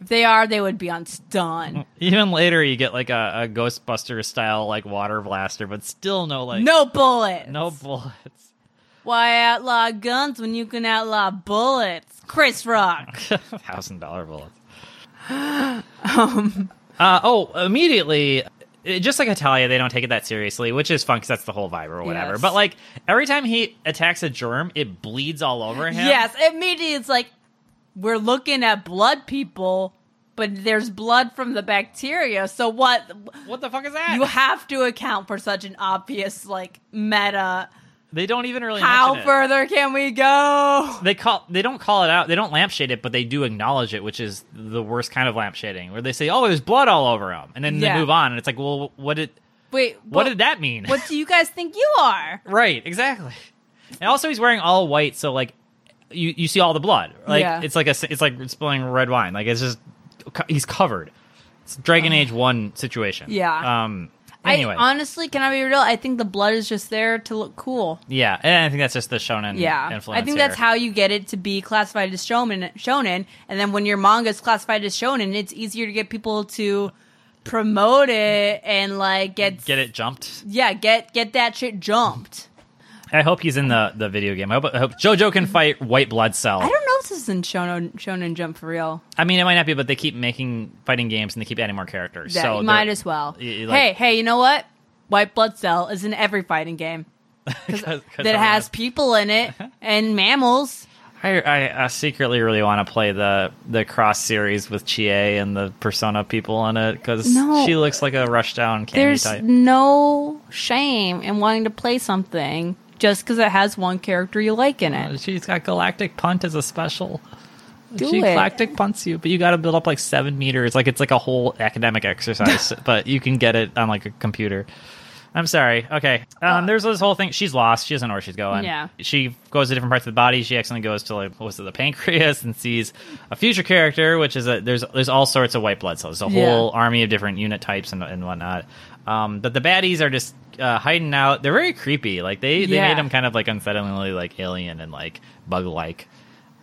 [SPEAKER 1] if they are, they would be on stun.
[SPEAKER 2] Even later, you get like a, a Ghostbuster style like water blaster, but still no like
[SPEAKER 1] No bullets.
[SPEAKER 2] no bullets.
[SPEAKER 1] Why outlaw guns when you can outlaw bullets? Chris Rock.
[SPEAKER 2] Thousand dollar bullets. um. Uh, oh, immediately. it- Just like Italia, they don't take it that seriously, which is fun because that's the whole vibe or whatever.
[SPEAKER 1] Yes.
[SPEAKER 2] But like every time he attacks a germ, it bleeds all over him.
[SPEAKER 1] Yes, immediately it's like we're looking at blood people, but there's blood from the bacteria. So what?
[SPEAKER 2] What the fuck is that?
[SPEAKER 1] You have to account for such an obvious like meta.
[SPEAKER 2] they don't even really.
[SPEAKER 1] How
[SPEAKER 2] mention it.
[SPEAKER 1] further can we go?
[SPEAKER 2] they call they don't call it out they don't lampshade it but they do acknowledge it which is the worst kind of lampshading where they say oh there's blood all over him and then
[SPEAKER 1] Yeah.
[SPEAKER 2] they move on and it's like well what did
[SPEAKER 1] Wait,
[SPEAKER 2] what
[SPEAKER 1] but-
[SPEAKER 2] did that mean
[SPEAKER 1] What do you guys think you are?
[SPEAKER 2] right exactly and also he's wearing all white so like you you see all the blood like
[SPEAKER 1] Yeah.
[SPEAKER 2] it's like a it's like spilling red wine like it's just he's covered it's dragon age 1 situation
[SPEAKER 1] Yeah.
[SPEAKER 2] um anyway
[SPEAKER 1] I honestly, can I be real? I think the blood is just there to look cool.
[SPEAKER 2] yeah and i think that's just the shonen
[SPEAKER 1] Yeah,
[SPEAKER 2] influence
[SPEAKER 1] I think that's
[SPEAKER 2] here.
[SPEAKER 1] how you get it to be classified as shonen. Shonen, and then when your manga is classified as shonen, it's easier to get people to promote it and like get,
[SPEAKER 2] get it jumped
[SPEAKER 1] yeah get get that shit jumped.
[SPEAKER 2] I hope he's in the, the video game. I hope, I hope JoJo can fight White Blood Cell.
[SPEAKER 1] I don't know if this is in Shonen, Shonen Jump for real.
[SPEAKER 2] I mean, it might not be, but they keep making fighting games and they keep adding more characters.
[SPEAKER 1] That
[SPEAKER 2] so
[SPEAKER 1] might
[SPEAKER 2] they're-
[SPEAKER 1] as well.
[SPEAKER 2] y- y-
[SPEAKER 1] hey,
[SPEAKER 2] like-
[SPEAKER 1] hey, you know what? White blood cell is in every fighting game
[SPEAKER 2] 'cause- 'cause
[SPEAKER 1] that
[SPEAKER 2] I'm
[SPEAKER 1] has people in it and mammals.
[SPEAKER 2] I, I, I secretly really want to play the the cross series with Chie and the Persona people in it because
[SPEAKER 1] No.
[SPEAKER 2] she looks like a rush down candy
[SPEAKER 1] There's
[SPEAKER 2] type.
[SPEAKER 1] no shame in wanting to play something just because it has one character you like in it.
[SPEAKER 2] She's got Galactic Punt as a special.
[SPEAKER 1] Do
[SPEAKER 2] she
[SPEAKER 1] it.
[SPEAKER 2] Galactic Punts you, but you got to build up like seven meters. Like it's like a whole academic exercise, but you can get it on like a computer. I'm sorry. Okay. Um, there's this whole thing. She's lost. She doesn't know where she's going.
[SPEAKER 1] Uh, Yeah.
[SPEAKER 2] She goes to different parts of the body. She accidentally goes to like what was it, the pancreas, and sees a future character, which is a there's there's all sorts of white blood cells. There's a
[SPEAKER 1] Yeah.
[SPEAKER 2] whole army of different unit types and and whatnot. Um, but the baddies are just uh, hiding out. They're very creepy. Like they they
[SPEAKER 1] Yeah.
[SPEAKER 2] made them kind of like unsettlingly like alien and like bug like.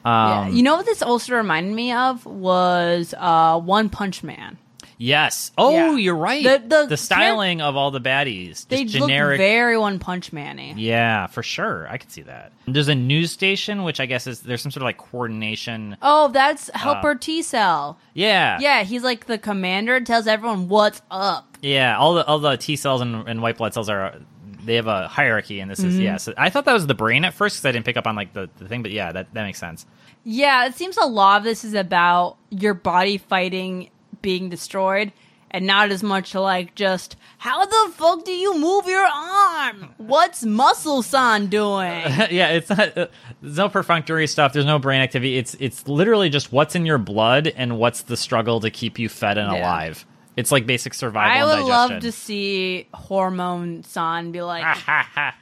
[SPEAKER 1] Yeah.
[SPEAKER 2] Um,
[SPEAKER 1] You know what this also reminded me of was uh, One Punch Man.
[SPEAKER 2] Yes. Oh,
[SPEAKER 1] Yeah.
[SPEAKER 2] you're right.
[SPEAKER 1] The-
[SPEAKER 2] The,
[SPEAKER 1] the
[SPEAKER 2] styling of all the baddies.
[SPEAKER 1] They
[SPEAKER 2] just
[SPEAKER 1] look
[SPEAKER 2] generic.
[SPEAKER 1] very One Punch Man-y.
[SPEAKER 2] yeah, for sure. I could see that. There's a news station, which I guess is there's some sort of like coordination.
[SPEAKER 1] Oh, that's
[SPEAKER 2] Uh,
[SPEAKER 1] Helper T Cell.
[SPEAKER 2] Yeah.
[SPEAKER 1] Yeah, he's like the commander and tells everyone what's up.
[SPEAKER 2] Yeah. All the all the T cells and, and white blood cells are they have a hierarchy, and this is
[SPEAKER 1] Mm-hmm.
[SPEAKER 2] yeah. So I thought that was the brain at first because I didn't pick up on like the, the thing, but yeah, that that makes sense.
[SPEAKER 1] Yeah, it seems a lot of this is about your body fighting being destroyed and not as much like just how the fuck do you move your arm? What's Muscle San doing?
[SPEAKER 2] yeah, it's not. Uh, there's no perfunctory stuff. There's no brain activity. It's it's literally just what's in your blood and what's the struggle to keep you fed and
[SPEAKER 1] Yeah.
[SPEAKER 2] alive. It's like basic survival.
[SPEAKER 1] I would
[SPEAKER 2] and
[SPEAKER 1] love
[SPEAKER 2] digestion.
[SPEAKER 1] to
[SPEAKER 2] Ah.
[SPEAKER 1] see Hormone San be like,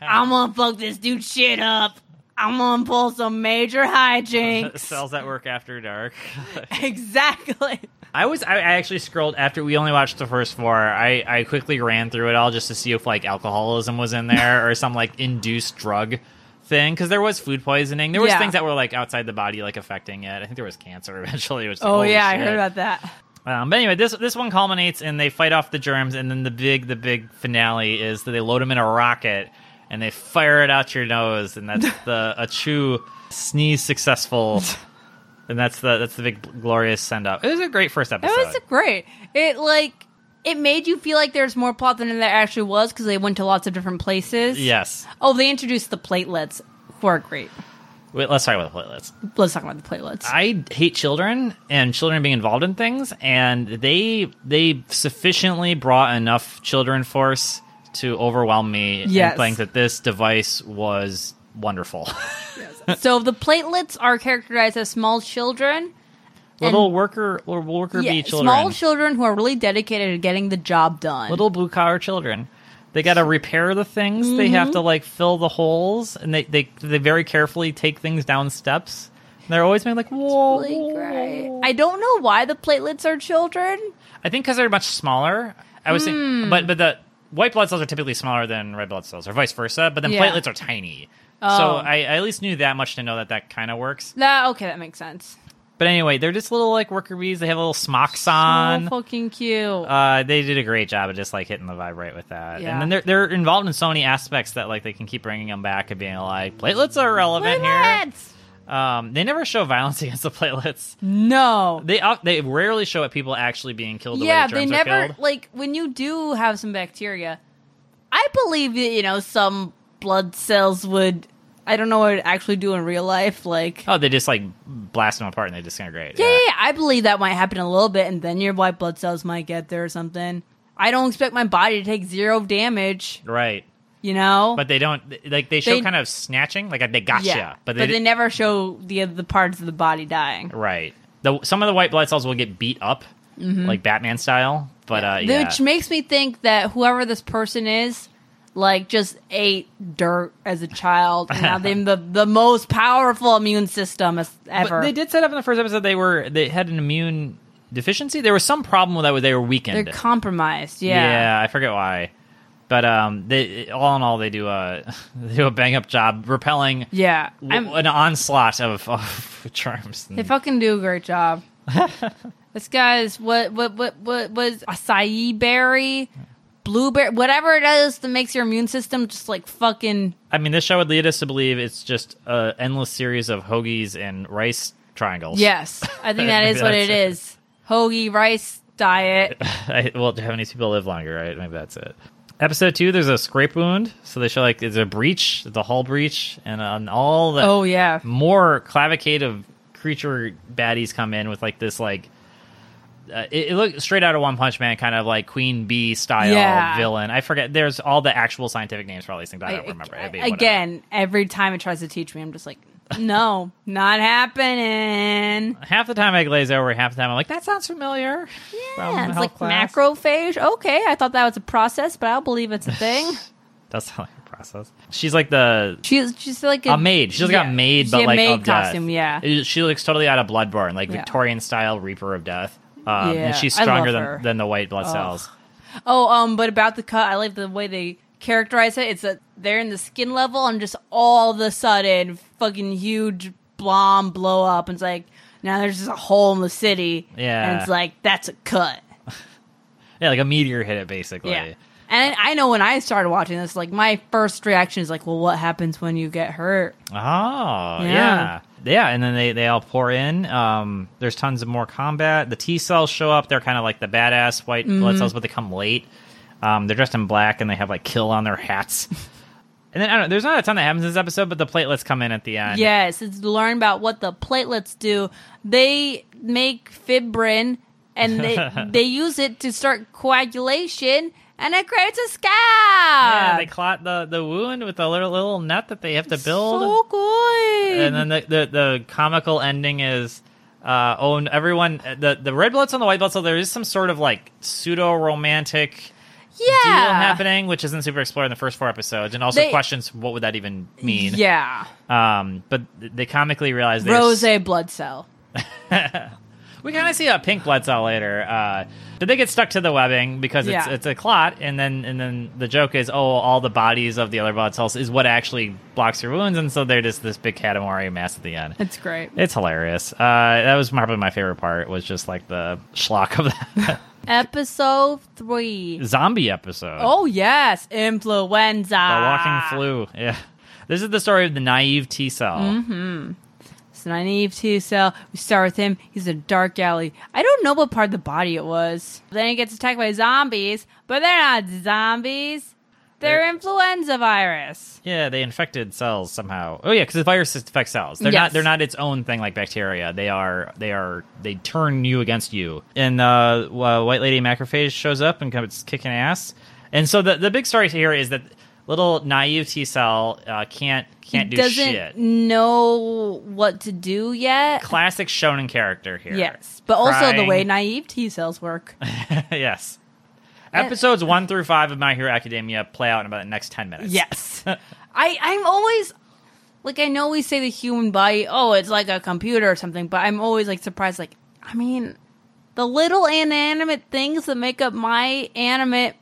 [SPEAKER 1] I'm gonna fuck this dude shit up. I'm gonna pull some major hijinks.
[SPEAKER 2] Cells that work after dark.
[SPEAKER 1] exactly.
[SPEAKER 2] I was I, I actually scrolled after we only watched the first four. I I quickly ran through it all just to see if like alcoholism was in there or some like induced drug thing because there was food poisoning. There was
[SPEAKER 1] Yeah.
[SPEAKER 2] things that were like outside the body like affecting it. I think there was cancer eventually. Which
[SPEAKER 1] Oh yeah, I heard about that.
[SPEAKER 2] Um, but anyway, this this one culminates and they fight off the germs, and then the big the big finale is that they load them in a rocket and they fire it out your nose, and that's the a true sneeze successful, and that's the that's the big glorious send up. It was a great first episode.
[SPEAKER 1] It was great. It like it made you feel like there's more plot than there actually was because they went to lots of different places.
[SPEAKER 2] yes.
[SPEAKER 1] Oh, they introduced the platelets, who are great.
[SPEAKER 2] Wait, let's talk about the platelets.
[SPEAKER 1] Let's talk about the platelets.
[SPEAKER 2] I hate children and children being involved in things, and they they sufficiently brought enough children force to overwhelm me.
[SPEAKER 1] Yes.
[SPEAKER 2] and think that this device was wonderful.
[SPEAKER 1] so the platelets are characterized as small children.
[SPEAKER 2] little worker or worker
[SPEAKER 1] Yeah,
[SPEAKER 2] bee children,
[SPEAKER 1] small children who are really dedicated to getting the job done.
[SPEAKER 2] little blue collar children. They got to repair the things. They have
[SPEAKER 1] Mm-hmm.
[SPEAKER 2] to like fill the holes, and they they, they very carefully take things down steps. And they're always being like, "Whoa!"
[SPEAKER 1] Really great. I don't know why the platelets are children.
[SPEAKER 2] I think because they're much smaller. I was,
[SPEAKER 1] Hmm.
[SPEAKER 2] thinking, but but the white blood cells are typically smaller than red blood cells, or vice versa. But then
[SPEAKER 1] Yeah.
[SPEAKER 2] platelets are tiny. So
[SPEAKER 1] Oh.
[SPEAKER 2] I, I at least knew that much to know that that kind of works.
[SPEAKER 1] That okay, that makes sense.
[SPEAKER 2] But anyway, they're just little like worker bees. They have little smocks
[SPEAKER 1] Oh,
[SPEAKER 2] on.
[SPEAKER 1] fucking cute.
[SPEAKER 2] Uh, they did a great job of just like hitting the vibe right with that,
[SPEAKER 1] Yeah.
[SPEAKER 2] and then they're they're involved in so many aspects that like they can keep bringing them back and being like platelets are relevant
[SPEAKER 1] platelets.
[SPEAKER 2] here. Um, they never show violence against the platelets.
[SPEAKER 1] No.
[SPEAKER 2] They uh, they rarely show at people actually being killed. The
[SPEAKER 1] yeah,
[SPEAKER 2] way the
[SPEAKER 1] they
[SPEAKER 2] germs
[SPEAKER 1] never
[SPEAKER 2] are killed.
[SPEAKER 1] like when you do have some bacteria. I believe that you know some blood cells would. I don't know what it actually do in real life. Like,
[SPEAKER 2] Oh, they just like blast them apart and they disintegrate.
[SPEAKER 1] yeah, yeah, yeah, I believe that might happen a little bit, and then your white blood cells might get there or something. I don't expect my body to take zero damage.
[SPEAKER 2] Right.
[SPEAKER 1] You know,
[SPEAKER 2] But they don't like they show
[SPEAKER 1] They-
[SPEAKER 2] kind of snatching, like they gotcha.
[SPEAKER 1] yeah,
[SPEAKER 2] But they, didn't
[SPEAKER 1] never show the the parts of the body dying.
[SPEAKER 2] right. The, some of the white blood cells will get beat up, like Batman style. But uh, yeah.
[SPEAKER 1] Mm-hmm. Which makes me think that whoever this person is, like, just ate dirt as a child, and now they have the, the most powerful immune system as,
[SPEAKER 2] But
[SPEAKER 1] ever.
[SPEAKER 2] they did set up in the first episode they were they had an immune deficiency. There was some problem with that where they were
[SPEAKER 1] They're
[SPEAKER 2] weakened.
[SPEAKER 1] compromised, yeah.
[SPEAKER 2] yeah, I forget why. But um, they all in all they do a they do a bang up job repelling
[SPEAKER 1] Yeah.
[SPEAKER 2] w-
[SPEAKER 1] I'm,
[SPEAKER 2] an onslaught of, of charms.
[SPEAKER 1] they fucking do a great job. this guy's, what, what, what, what was acai berry? blueberry, whatever it is that makes your immune system just like fucking.
[SPEAKER 2] I mean, this show would lead us to believe it's just an endless series of hoagies and rice triangles.
[SPEAKER 1] Yes, I think that is what it
[SPEAKER 2] That's it.
[SPEAKER 1] is. Hoagie rice diet.
[SPEAKER 2] I, well, Japanese people live longer, right? Maybe that's it. Episode two, there's a scrape wound, so they show like there's a breach, the hull breach, and on all the
[SPEAKER 1] Oh yeah,
[SPEAKER 2] more clavicade of creature baddies come in with like this like uh, it, it looked straight out of One Punch Man, kind of like Queen Bee style
[SPEAKER 1] Yeah.
[SPEAKER 2] villain. I forget. There's all the actual scientific names for all these things. I
[SPEAKER 1] I-
[SPEAKER 2] don't remember.
[SPEAKER 1] I-
[SPEAKER 2] It'd be whatever.
[SPEAKER 1] again, every time it tries to teach me, I'm just like, no, not happening.
[SPEAKER 2] half the time I glaze over. Half the time I'm like, that sounds familiar. from
[SPEAKER 1] Yeah, it's
[SPEAKER 2] health
[SPEAKER 1] like
[SPEAKER 2] class."
[SPEAKER 1] macrophage. Okay, I thought that was a process, but I don't believe it's a thing.
[SPEAKER 2] That's not like a process. She's like the
[SPEAKER 1] She's she's like a,
[SPEAKER 2] a maid. She just got
[SPEAKER 1] yeah,
[SPEAKER 2] maid,
[SPEAKER 1] she
[SPEAKER 2] but
[SPEAKER 1] a
[SPEAKER 2] like
[SPEAKER 1] maid
[SPEAKER 2] of
[SPEAKER 1] costume.
[SPEAKER 2] death.
[SPEAKER 1] Yeah,
[SPEAKER 2] It- she looks totally out of Bloodborne, like
[SPEAKER 1] Yeah.
[SPEAKER 2] Victorian style Reaper of Death. Um,
[SPEAKER 1] Yeah,
[SPEAKER 2] and she's
[SPEAKER 1] I love
[SPEAKER 2] stronger
[SPEAKER 1] her.
[SPEAKER 2] than, than the white blood
[SPEAKER 1] Ugh.
[SPEAKER 2] cells.
[SPEAKER 1] Oh, um, but about the cut, I like the way they characterize it. It's that they're in the skin level, and just all of a sudden, fucking huge blom blow up, and it's like now there's just a hole in the city.
[SPEAKER 2] Yeah.
[SPEAKER 1] and it's like that's a cut.
[SPEAKER 2] Yeah, like a meteor hit it basically.
[SPEAKER 1] Yeah, and I know when I started watching this, like my first reaction is like, well, what happens when you get hurt?
[SPEAKER 2] Oh, yeah.
[SPEAKER 1] Yeah.
[SPEAKER 2] yeah. and then they, they all pour in. Um, there's tons of more combat. The T cells show up. They're kind of like the badass white blood
[SPEAKER 1] Mm-hmm.
[SPEAKER 2] cells, but they come late. Um, they're dressed in black and they have like kill on their hats. and then I don't know, there's not a ton that happens in this episode, but the platelets come in at the end.
[SPEAKER 1] Yes, it's to learn about what the platelets do. They make fibrin, and they they use it to start coagulation, and it creates a scab.
[SPEAKER 2] Yeah, they clot the, the wound with a little, little nut that they have to build.
[SPEAKER 1] So good.
[SPEAKER 2] and then the, the the comical ending is uh oh and everyone the the red blood cell and the white blood cell there is some sort of like pseudo romantic deal
[SPEAKER 1] yeah.
[SPEAKER 2] happening which isn't super explored in the first four episodes and also
[SPEAKER 1] They-
[SPEAKER 2] questions what would that even mean
[SPEAKER 1] Yeah.
[SPEAKER 2] um but th- they comically realize they
[SPEAKER 1] Rose blood cell.
[SPEAKER 2] we kind of see a pink blood cell later uh but they get stuck to the webbing because it's
[SPEAKER 1] Yeah.
[SPEAKER 2] it's a clot and then and then the joke is oh all the bodies of the other blood cells is what actually blocks your wounds and so they're just this big katamari mass at the end
[SPEAKER 1] That's great.
[SPEAKER 2] It's hilarious. Uh, that was probably my favorite part. Was just like the schlock of that
[SPEAKER 1] Episode three.
[SPEAKER 2] zombie episode.
[SPEAKER 1] Oh ah. yes, influenza.
[SPEAKER 2] the walking flu. Yeah, this is the story of the naive T cell.
[SPEAKER 1] Mm-hmm. It's naive T cell. We start with him. He's in a dark alley. I don't know what part of the body it was. Then he gets attacked by zombies, but they're not zombies. They're
[SPEAKER 2] They're-
[SPEAKER 1] influenza virus.
[SPEAKER 2] Yeah, they infected cells somehow. Oh yeah, because the virus infects cells. They're
[SPEAKER 1] Yes.
[SPEAKER 2] not. They're not its own thing like bacteria. They are. They are. They turn you against you. And uh, wh- white lady macrophage shows up and comes kicking ass. And so the the big story here is that little naive T cell uh, can't can't
[SPEAKER 1] he
[SPEAKER 2] do
[SPEAKER 1] doesn't
[SPEAKER 2] shit.
[SPEAKER 1] know what to do yet.
[SPEAKER 2] Classic shonen character here.
[SPEAKER 1] Yes, but also the way
[SPEAKER 2] Crying.
[SPEAKER 1] naive T cells work.
[SPEAKER 2] yes. Episodes one through five of My Hero Academia play out in about the next ten minutes.
[SPEAKER 1] Yes. I I'm always like I know we say the human body, oh, it's like a computer or something, but I'm always like surprised like I mean the little inanimate things that make up my animate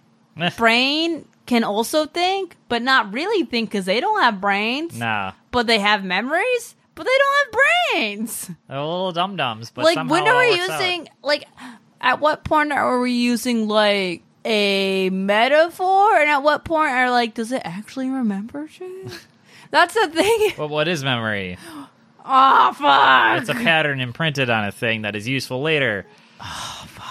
[SPEAKER 1] brain can also think, but not really think cuz they don't have brains,
[SPEAKER 2] nah.
[SPEAKER 1] but they have memories, but they don't have brains.
[SPEAKER 2] They're little dum dums, but
[SPEAKER 1] like
[SPEAKER 2] somehow
[SPEAKER 1] when
[SPEAKER 2] it
[SPEAKER 1] are
[SPEAKER 2] all
[SPEAKER 1] we
[SPEAKER 2] works out.
[SPEAKER 1] using like at what point are we using like a metaphor and at what point are like does it actually remember shit that's the thing
[SPEAKER 2] But what is memory?
[SPEAKER 1] oh fuck
[SPEAKER 2] It's a pattern imprinted on a thing that is useful later. Oh fuck.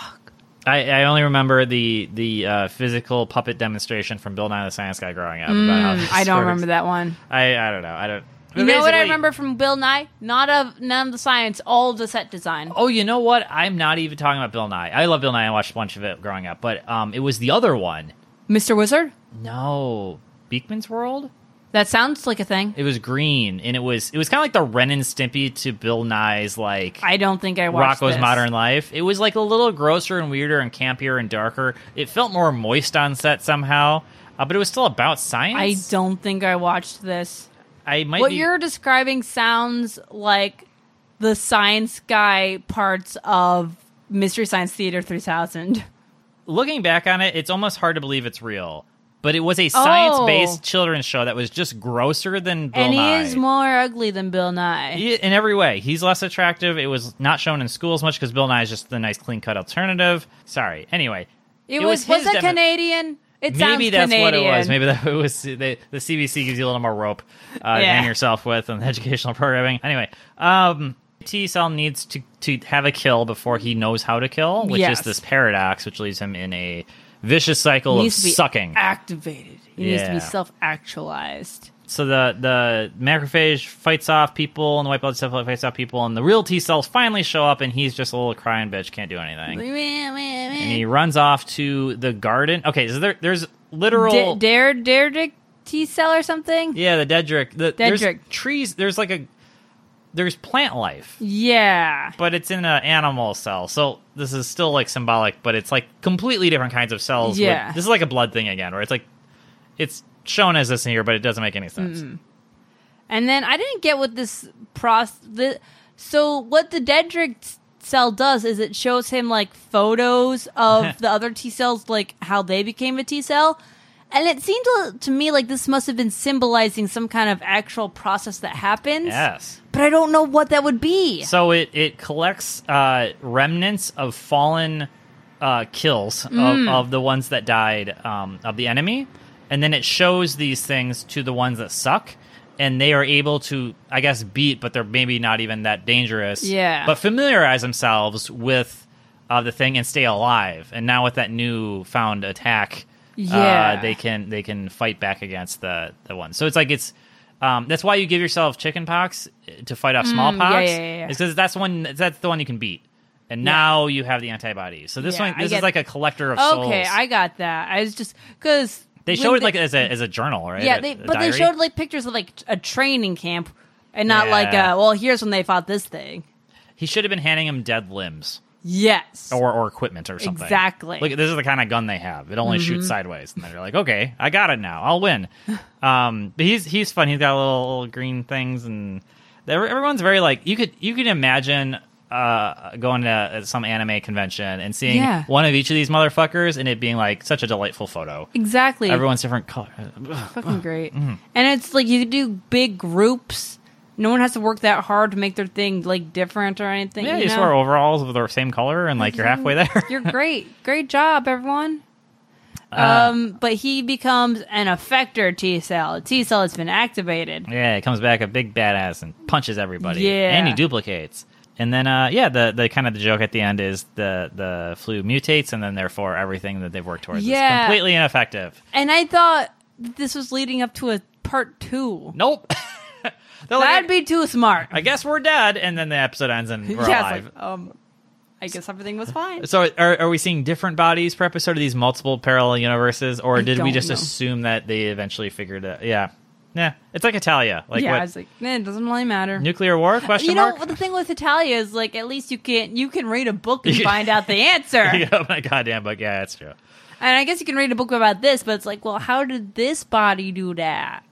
[SPEAKER 2] I, I only remember the the uh, physical puppet demonstration from Bill Nye the Science Guy growing up. about how this
[SPEAKER 1] Mm, i don't
[SPEAKER 2] works.
[SPEAKER 1] remember that one
[SPEAKER 2] I I don't know. I don't.
[SPEAKER 1] you know what i
[SPEAKER 2] Basically-
[SPEAKER 1] remember from bill nye not of none of the science all of the set design
[SPEAKER 2] Oh, you know what? I'm not even talking about Bill Nye. I love Bill Nye. I watched a bunch of it growing up, but um, it was the other one.
[SPEAKER 1] mr wizard
[SPEAKER 2] No, Beekman's World.
[SPEAKER 1] that sounds like a thing
[SPEAKER 2] It was green, and it was it was kind of like the Ren and Stimpy to Bill Nye's like
[SPEAKER 1] i don't think i watched
[SPEAKER 2] Rocco's
[SPEAKER 1] this.
[SPEAKER 2] Modern Life. It was like a little grosser and weirder and campier and darker. It felt more moist on set somehow, uh, but it was still about
[SPEAKER 1] i
[SPEAKER 2] science.
[SPEAKER 1] don't think i watched this
[SPEAKER 2] I might
[SPEAKER 1] what
[SPEAKER 2] be-
[SPEAKER 1] you're describing sounds like the science guy parts of Mystery Science Theater 3000.
[SPEAKER 2] looking back on it. It's almost hard to believe it's real. But it was a science-based
[SPEAKER 1] Oh.
[SPEAKER 2] children's show that was just grosser than Bill
[SPEAKER 1] and he
[SPEAKER 2] Nye.
[SPEAKER 1] is more ugly than Bill Nye.
[SPEAKER 2] He- in every way. He's less attractive. It was not shown in schools much because Bill Nye is just the nice, clean cut alternative. Sorry. Anyway,
[SPEAKER 1] it, was was,
[SPEAKER 2] his
[SPEAKER 1] that
[SPEAKER 2] demo-
[SPEAKER 1] Canadian? It sounds
[SPEAKER 2] Maybe that's
[SPEAKER 1] Canadian.
[SPEAKER 2] what it was. Maybe that it was they, the CBC gives you a little more rope uh, to
[SPEAKER 1] Yeah.
[SPEAKER 2] hang yourself with in educational programming. Anyway, um, T Cell needs to to have a kill before he knows how to kill, which
[SPEAKER 1] Yes.
[SPEAKER 2] is this paradox, which leaves him in a vicious cycle of
[SPEAKER 1] needs to be
[SPEAKER 2] sucking.
[SPEAKER 1] activated. It needs to
[SPEAKER 2] Yeah.
[SPEAKER 1] be self actualized.
[SPEAKER 2] so the the macrophage fights off people, and the white blood cell fights off people, and the real T cells finally show up, and he's just a little crying bitch, can't do anything. and he runs off to the garden. Okay, so there, there's literal
[SPEAKER 1] D- dare dare to T cell or something.
[SPEAKER 2] yeah, the Dedrick. The, there's
[SPEAKER 1] Dedrick.
[SPEAKER 2] trees. There's like a there's plant life,
[SPEAKER 1] Yeah.
[SPEAKER 2] but it's in an animal cell. So this is still like symbolic, but it's like completely different kinds of cells. with-
[SPEAKER 1] Yeah.
[SPEAKER 2] this is like a blood thing again, where it's like it's shown as this in here, but it doesn't make any sense.
[SPEAKER 1] Mm. And then I didn't get what this pros. The, so what the Dedrick s- cell does is it shows him like photos of the other T cells, like how they became a T cell. And it seemed to, to me like this must have been symbolizing some kind of actual process that happens.
[SPEAKER 2] Yes.
[SPEAKER 1] But I don't know what that would be.
[SPEAKER 2] So it it collects uh, remnants of fallen uh, kills
[SPEAKER 1] Mm.
[SPEAKER 2] of, of the ones that died um, of the enemy, and then it shows these things to the ones that suck, and they are able to, I guess, beat, but they're maybe not even that dangerous.
[SPEAKER 1] Yeah.
[SPEAKER 2] But familiarize themselves with uh, the thing and stay alive. And now with that new found attack,
[SPEAKER 1] Yeah.
[SPEAKER 2] uh, they can they can fight back against the the one. So it's like it's. Um, that's why you give yourself chickenpox to fight off smallpox.
[SPEAKER 1] Mm, yeah, yeah, yeah.
[SPEAKER 2] It's because that's one that's the one you can beat, and now you have the antibodies. So this
[SPEAKER 1] Yeah,
[SPEAKER 2] one
[SPEAKER 1] I
[SPEAKER 2] this
[SPEAKER 1] get-
[SPEAKER 2] is like a collector of souls.
[SPEAKER 1] okay, I got that. I was just because
[SPEAKER 2] they showed it like as a as a journal, right?
[SPEAKER 1] yeah,
[SPEAKER 2] A-
[SPEAKER 1] they,
[SPEAKER 2] a
[SPEAKER 1] but
[SPEAKER 2] diary?
[SPEAKER 1] they showed like pictures of like a training camp and not like
[SPEAKER 2] Yeah.
[SPEAKER 1] uh well here's when they fought this thing.
[SPEAKER 2] he should have been handing him dead limbs
[SPEAKER 1] Yes.
[SPEAKER 2] or or equipment or something.
[SPEAKER 1] Exactly. Mm-hmm.
[SPEAKER 2] Look, this is the kind of gun they have. It only shoots sideways, and then you're like, okay, I got it now. I'll win. um, but he's he's fun. He's got little, little green things, and they're- everyone's very like you could you could imagine uh going to uh, some anime convention and seeing
[SPEAKER 1] Yeah.
[SPEAKER 2] one of each of these motherfuckers and it being like such a delightful photo
[SPEAKER 1] exactly.
[SPEAKER 2] everyone's different color
[SPEAKER 1] fucking great.
[SPEAKER 2] Mm-hmm.
[SPEAKER 1] And it's like you do big groups. No one has to work that hard to make their thing like different or anything.
[SPEAKER 2] yeah
[SPEAKER 1] you
[SPEAKER 2] you just
[SPEAKER 1] know? Uh-huh.
[SPEAKER 2] wear overalls with the same color and like you're halfway there
[SPEAKER 1] You're great. Great job, everyone.
[SPEAKER 2] Uh,
[SPEAKER 1] um, but he becomes an effector T cell. A T cell has been activated.
[SPEAKER 2] Yeah, it comes back a big badass and punches everybody.
[SPEAKER 1] Yeah.
[SPEAKER 2] And he duplicates. And then uh yeah, the the kind of the joke at the end is the the flu mutates and then therefore everything that they've worked towards
[SPEAKER 1] Yeah.
[SPEAKER 2] is completely ineffective.
[SPEAKER 1] And I thought that this was leading up to a part two.
[SPEAKER 2] Nope. They're like,
[SPEAKER 1] That'd be too smart.
[SPEAKER 2] I guess we're dead and then the episode ends and we're
[SPEAKER 1] yeah,
[SPEAKER 2] alive.
[SPEAKER 1] it's like, um, I guess everything was fine.
[SPEAKER 2] so are, are we seeing different bodies per episode of these multiple parallel universes or
[SPEAKER 1] I
[SPEAKER 2] did we
[SPEAKER 1] don't
[SPEAKER 2] just
[SPEAKER 1] know.
[SPEAKER 2] assume that they eventually figured it yeah yeah it's like italia like
[SPEAKER 1] yeah,
[SPEAKER 2] what
[SPEAKER 1] I was like, man, it doesn't really matter.
[SPEAKER 2] nuclear war question
[SPEAKER 1] you know
[SPEAKER 2] mark
[SPEAKER 1] what the thing with Italia is like at least you can you can read a book and
[SPEAKER 2] Yeah.
[SPEAKER 1] find out the answer.
[SPEAKER 2] yeah, oh my goddamn book yeah that's true
[SPEAKER 1] And I guess you can read a book about this, but it's like, well, how did this body do that?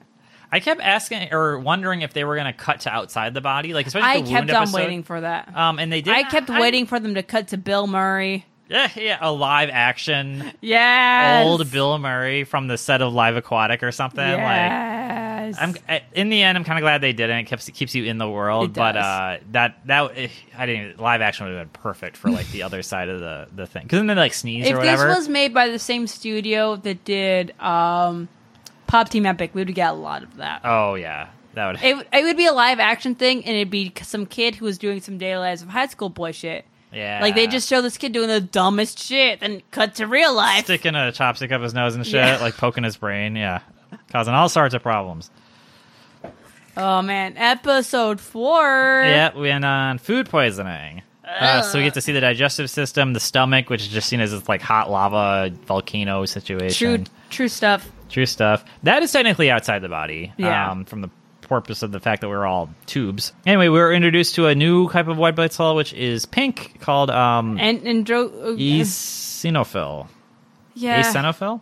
[SPEAKER 2] I kept asking or wondering if they were going to cut to outside the body, like especially
[SPEAKER 1] I
[SPEAKER 2] the
[SPEAKER 1] kept
[SPEAKER 2] wound
[SPEAKER 1] on
[SPEAKER 2] episode.
[SPEAKER 1] waiting for that.
[SPEAKER 2] Um, and they did.
[SPEAKER 1] I kept waiting for them to cut to Bill Murray.
[SPEAKER 2] Yeah, yeah, a live action
[SPEAKER 1] Yes.
[SPEAKER 2] old Bill Murray from the set of Live Aquatic or something. Like,
[SPEAKER 1] Yes.
[SPEAKER 2] I'm I- in the end, I'm kind of glad they didn't. It keeps keeps you in the world,
[SPEAKER 1] It
[SPEAKER 2] but
[SPEAKER 1] does.
[SPEAKER 2] uh, that that eh, I didn't. even- Live action would have been perfect for like the other side of the the thing because then they like sneeze
[SPEAKER 1] if
[SPEAKER 2] or
[SPEAKER 1] this
[SPEAKER 2] whatever.
[SPEAKER 1] was made by the same studio that did um, Pop Team Epic, we would get a lot of that.
[SPEAKER 2] oh yeah, that would.
[SPEAKER 1] It, it would be a live action thing, and it'd be some kid who was doing some daily lives of high school boy shit.
[SPEAKER 2] yeah,
[SPEAKER 1] Like they just show this kid doing the dumbest shit, then cut to real life.
[SPEAKER 2] sticking a chopstick up his nose and shit,
[SPEAKER 1] Yeah.
[SPEAKER 2] like poking his brain. Yeah, causing all sorts of problems.
[SPEAKER 1] Oh man, episode four.
[SPEAKER 2] Yeah, we went on food poisoning. Uh, so we get to see the digestive system, the stomach, which is just seen as this like hot lava volcano
[SPEAKER 1] true,
[SPEAKER 2] situation.
[SPEAKER 1] true stuff.
[SPEAKER 2] True stuff. That is technically outside the body.
[SPEAKER 1] Yeah.
[SPEAKER 2] Um, from the purpose of the fact that we're all tubes. Anyway, we were introduced to a new type of white blood cell, which is pink, called um,
[SPEAKER 1] And and dro- uh,
[SPEAKER 2] eosinophil.
[SPEAKER 1] yeah,
[SPEAKER 2] Eosinophil?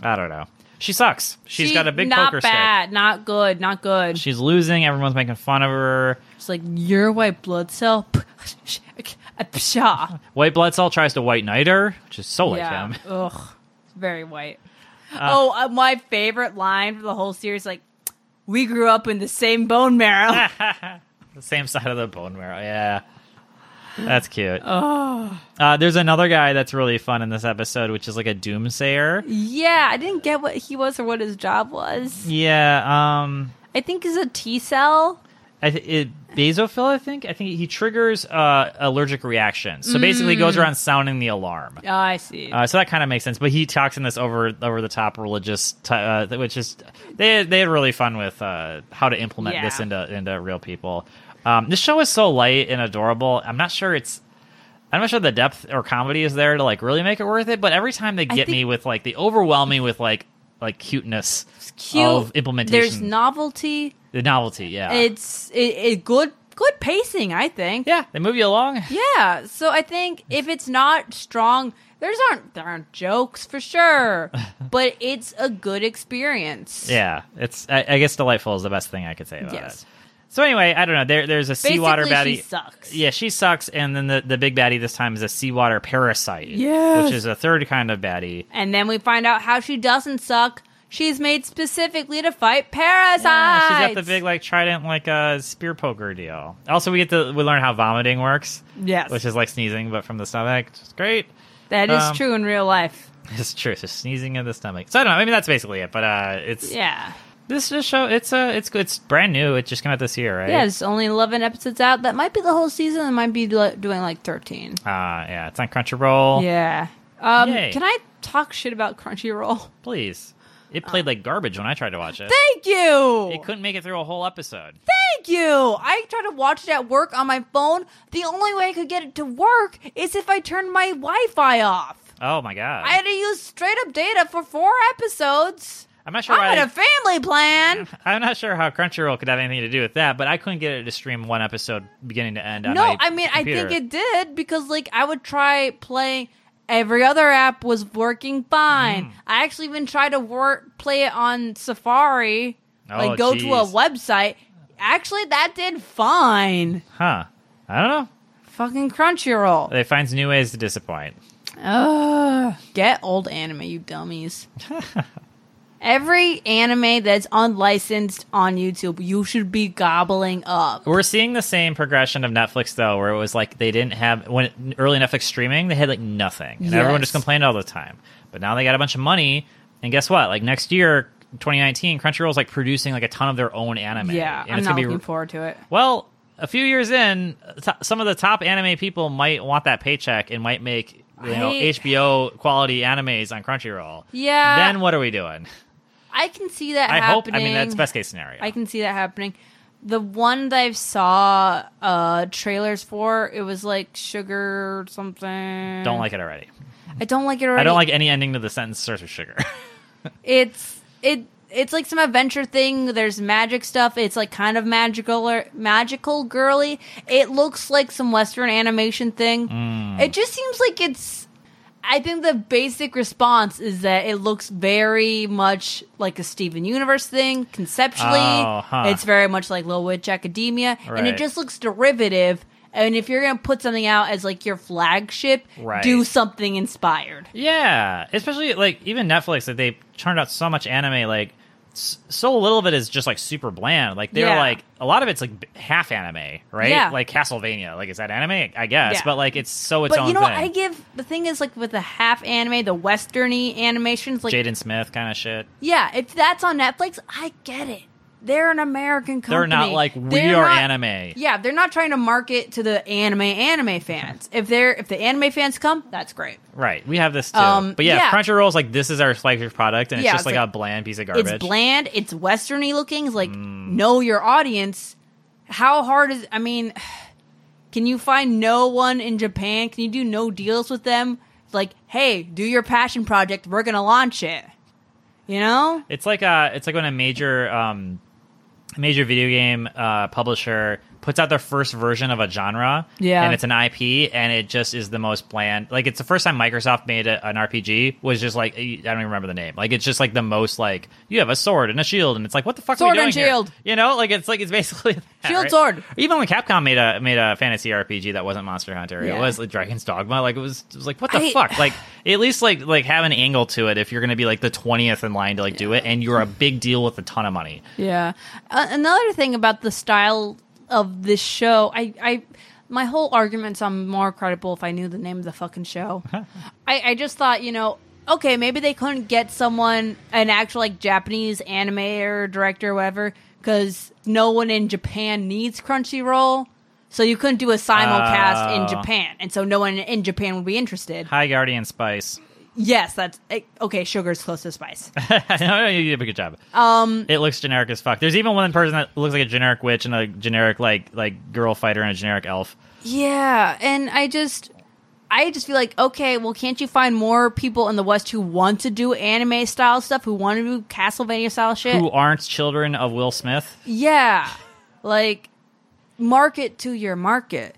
[SPEAKER 2] I don't know. She sucks. She's
[SPEAKER 1] She-
[SPEAKER 2] got a big
[SPEAKER 1] not
[SPEAKER 2] poker stick.
[SPEAKER 1] bad, not good, not good.
[SPEAKER 2] She's losing. Everyone's making fun of her.
[SPEAKER 1] It's like your white blood cell. Pshaw.
[SPEAKER 2] White blood cell tries to white knight her, which is so like
[SPEAKER 1] yeah.
[SPEAKER 2] him.
[SPEAKER 1] Ugh. Very white. oh, uh, my favorite line for the whole series, like. We grew up in the same bone marrow.
[SPEAKER 2] The same side of the bone marrow. Yeah. That's cute.
[SPEAKER 1] Oh.
[SPEAKER 2] Uh, there's another guy that's really fun in this episode, which is like a doomsayer.
[SPEAKER 1] Yeah, I didn't get what he was or what his job was.
[SPEAKER 2] Yeah. Um.
[SPEAKER 1] I think he's a T cell.
[SPEAKER 2] I th- it, basophil, I think. I think he triggers uh, allergic reactions. So basically, he goes around sounding the alarm.
[SPEAKER 1] Oh, I see.
[SPEAKER 2] Uh, so that kind of makes sense. But he talks in this over over the top religious, t- uh, which is they they had really fun with uh, how to implement this
[SPEAKER 1] Yeah.
[SPEAKER 2] into into real people. Um, this show is so light and adorable. I'm not sure it's. I'm not sure the depth or comedy is there to like really make it worth it, but every time they
[SPEAKER 1] I
[SPEAKER 2] get me
[SPEAKER 1] think-
[SPEAKER 2] with like they overwhelm me with like like cuteness
[SPEAKER 1] Cute.
[SPEAKER 2] of implementation.
[SPEAKER 1] There's novelty.
[SPEAKER 2] the novelty, yeah,
[SPEAKER 1] It's it, it good good pacing, I think.
[SPEAKER 2] yeah. They move you along.
[SPEAKER 1] Yeah, so I think if it's not strong, there's aren't there aren't jokes for sure, but it's a good experience.
[SPEAKER 2] Yeah, it's I, I guess delightful is the best thing I could say about
[SPEAKER 1] Yes.
[SPEAKER 2] it. So anyway, I don't know. There, there's a seawater
[SPEAKER 1] Basically,
[SPEAKER 2] baddie.
[SPEAKER 1] she sucks.
[SPEAKER 2] Yeah, she sucks, and then the, the big baddie this time is a seawater parasite.
[SPEAKER 1] Yes.
[SPEAKER 2] which is a third kind of baddie.
[SPEAKER 1] And then we find out how she doesn't suck. She's made specifically to fight parasites.
[SPEAKER 2] Yeah, Ah, she's got the big like trident, like a uh, spear poker deal. Also, we get to we learn how vomiting works,
[SPEAKER 1] Yes.
[SPEAKER 2] which is like sneezing but from the stomach. It's great.
[SPEAKER 1] that is
[SPEAKER 2] um,
[SPEAKER 1] true in real life.
[SPEAKER 2] It's true. So sneezing in the stomach. So I don't know. I mean, that's basically it. But uh, it's
[SPEAKER 1] Yeah.
[SPEAKER 2] this, this show. It's uh, it's it's brand new. It just came out this year, right?
[SPEAKER 1] Yeah, there's only 11 episodes out. That might be the whole season. It might be like, doing like 13.
[SPEAKER 2] Uh, yeah. It's on Crunchyroll.
[SPEAKER 1] Yeah. Um,
[SPEAKER 2] Yay.
[SPEAKER 1] can I talk shit about Crunchyroll?
[SPEAKER 2] Please. It played like garbage when I tried to watch it.
[SPEAKER 1] Uh, Thank you.
[SPEAKER 2] It couldn't make it through a whole episode.
[SPEAKER 1] Thank you. I tried to watch it at work on my phone. The only way I could get it to work is if I turned my Wi Fi off.
[SPEAKER 2] Oh my god.
[SPEAKER 1] I had to use straight up data for four episodes.
[SPEAKER 2] am not sure
[SPEAKER 1] I'm
[SPEAKER 2] why
[SPEAKER 1] in a family plan.
[SPEAKER 2] I'm not sure how Crunchyroll could have anything to do with that, but I couldn't get it to stream one episode beginning to end on
[SPEAKER 1] No,
[SPEAKER 2] my
[SPEAKER 1] I mean I
[SPEAKER 2] computer.
[SPEAKER 1] think it did because like I would try playing every other app was working
[SPEAKER 2] Hmm.
[SPEAKER 1] fine. I actually even tried to work play it on Safari,
[SPEAKER 2] Oh,
[SPEAKER 1] like go to a
[SPEAKER 2] jeez.
[SPEAKER 1] website. Actually, that did fine.
[SPEAKER 2] Huh. I don't know.
[SPEAKER 1] Fucking Crunchyroll.
[SPEAKER 2] They finds new ways to disappoint.
[SPEAKER 1] Ugh. Get old anime, you dummies. Every anime that's unlicensed on YouTube, you should be gobbling up.
[SPEAKER 2] We're seeing the same progression of Netflix though, where it was like they didn't have when early Netflix streaming, they had like nothing, and everyone
[SPEAKER 1] Yes.
[SPEAKER 2] just complained all the time. But now they got a bunch of money, and guess what? Like next year, 2019, Crunchyroll's like producing like a ton of their own anime.
[SPEAKER 1] Yeah,
[SPEAKER 2] and
[SPEAKER 1] I'm
[SPEAKER 2] it's
[SPEAKER 1] not
[SPEAKER 2] gonna
[SPEAKER 1] looking
[SPEAKER 2] be
[SPEAKER 1] forward to it.
[SPEAKER 2] Well, a few years in, t- some of the top anime people might want that paycheck and might make you know
[SPEAKER 1] Right.
[SPEAKER 2] HBO quality animes on Crunchyroll.
[SPEAKER 1] Yeah.
[SPEAKER 2] Then what are we doing?
[SPEAKER 1] I can see that
[SPEAKER 2] I hope.
[SPEAKER 1] happening.
[SPEAKER 2] I mean, that's best case scenario.
[SPEAKER 1] I can see that happening. The one that I saw uh trailers for, it was like sugar something.
[SPEAKER 2] don't like it already.
[SPEAKER 1] I don't like it already.
[SPEAKER 2] I don't like any ending to the sentence starts with sugar.
[SPEAKER 1] it's it it's like some adventure thing. There's magic stuff. It's like kind of magical or magical girly. It looks like some western animation thing.
[SPEAKER 2] Mm.
[SPEAKER 1] It just seems like it's I think the basic response is that it looks very much like a Steven Universe thing conceptually.
[SPEAKER 2] Oh, huh.
[SPEAKER 1] It's very much like Little Witch Academia, and
[SPEAKER 2] Right.
[SPEAKER 1] it just looks derivative. And if you're gonna put something out as like your flagship,
[SPEAKER 2] Right.
[SPEAKER 1] do something inspired.
[SPEAKER 2] yeah, especially like even Netflix that they churned out so much anime like. s- So little of it is just like super bland. Like they're
[SPEAKER 1] Yeah.
[SPEAKER 2] like a lot of it's like b- half anime, right?
[SPEAKER 1] Yeah.
[SPEAKER 2] Like Castlevania. Like is that anime? I guess,
[SPEAKER 1] Yeah.
[SPEAKER 2] but like it's so its
[SPEAKER 1] But
[SPEAKER 2] own
[SPEAKER 1] you know,
[SPEAKER 2] thing.
[SPEAKER 1] what I give the thing is like with the half anime, the westerny animations, like
[SPEAKER 2] Jaden Smith kind of shit.
[SPEAKER 1] yeah, if that's on Netflix, I get it. They're an American company.
[SPEAKER 2] They're not like we
[SPEAKER 1] They're
[SPEAKER 2] are
[SPEAKER 1] not-
[SPEAKER 2] anime.
[SPEAKER 1] Yeah, they're not trying to market to the anime anime fans. If they're if the anime fans come, that's great.
[SPEAKER 2] Right. We have this too.
[SPEAKER 1] Um,
[SPEAKER 2] but yeah,
[SPEAKER 1] yeah.
[SPEAKER 2] Crunchyroll's like this is our flagship product and it's
[SPEAKER 1] Yeah,
[SPEAKER 2] just
[SPEAKER 1] it's
[SPEAKER 2] like,
[SPEAKER 1] like-
[SPEAKER 2] a bland piece of garbage.
[SPEAKER 1] It's bland. It's westerny looking. It's like know your audience. How hard is? I mean, can you find no one in Japan? Can you do no deals with them? It's like, hey, do your passion project. We're gonna launch it. You know?
[SPEAKER 2] It's like uh it's like when a major um major video game uh publisher puts out their first version of a genre
[SPEAKER 1] Yeah.
[SPEAKER 2] and it's an IP and it just is the most bland. Like it's the first time Microsoft made a, an RPG was just like I don't even remember the name. Like it's just like the most like you have a sword and a shield and it's like what the fuck are we
[SPEAKER 1] Sword
[SPEAKER 2] doing
[SPEAKER 1] and
[SPEAKER 2] here?
[SPEAKER 1] shield.
[SPEAKER 2] You know, like it's like it's basically that,
[SPEAKER 1] Shield,
[SPEAKER 2] right?
[SPEAKER 1] sword.
[SPEAKER 2] Even when Capcom made a made a fantasy RPG that wasn't Monster Hunter, it
[SPEAKER 1] Yeah.
[SPEAKER 2] was like Dragon's Dogma. Like it was, it was like what the
[SPEAKER 1] I-
[SPEAKER 2] fuck? Like at least like like have an angle to it if you're gonna be like the twentieth in line to like do it, and you're a big deal with a ton of money.
[SPEAKER 1] Yeah. Uh, another thing about the style of this show, I, I my whole argument's I'm more credible if I knew the name of the fucking show. I, I just thought, you know, okay, maybe they couldn't get someone, an actual like Japanese animator, director, whatever, because no one in Japan needs Crunchyroll. So you couldn't do a simulcast
[SPEAKER 2] Oh.
[SPEAKER 1] in Japan, and so no one in Japan would be interested.
[SPEAKER 2] Hi, Guardian Spice.
[SPEAKER 1] Yes, that's eh, okay. Sugar's close to spice.
[SPEAKER 2] I know you did a good job. Um, it looks generic as fuck. There's even one person that looks like a generic witch and a generic like like girl fighter and a generic elf.
[SPEAKER 1] Yeah, and I just I just feel like okay, well can't you find more people in the West who want to do anime style stuff, who want to do Castlevania style shit?
[SPEAKER 2] Who aren't children of Will Smith?
[SPEAKER 1] Yeah. Like market to your market.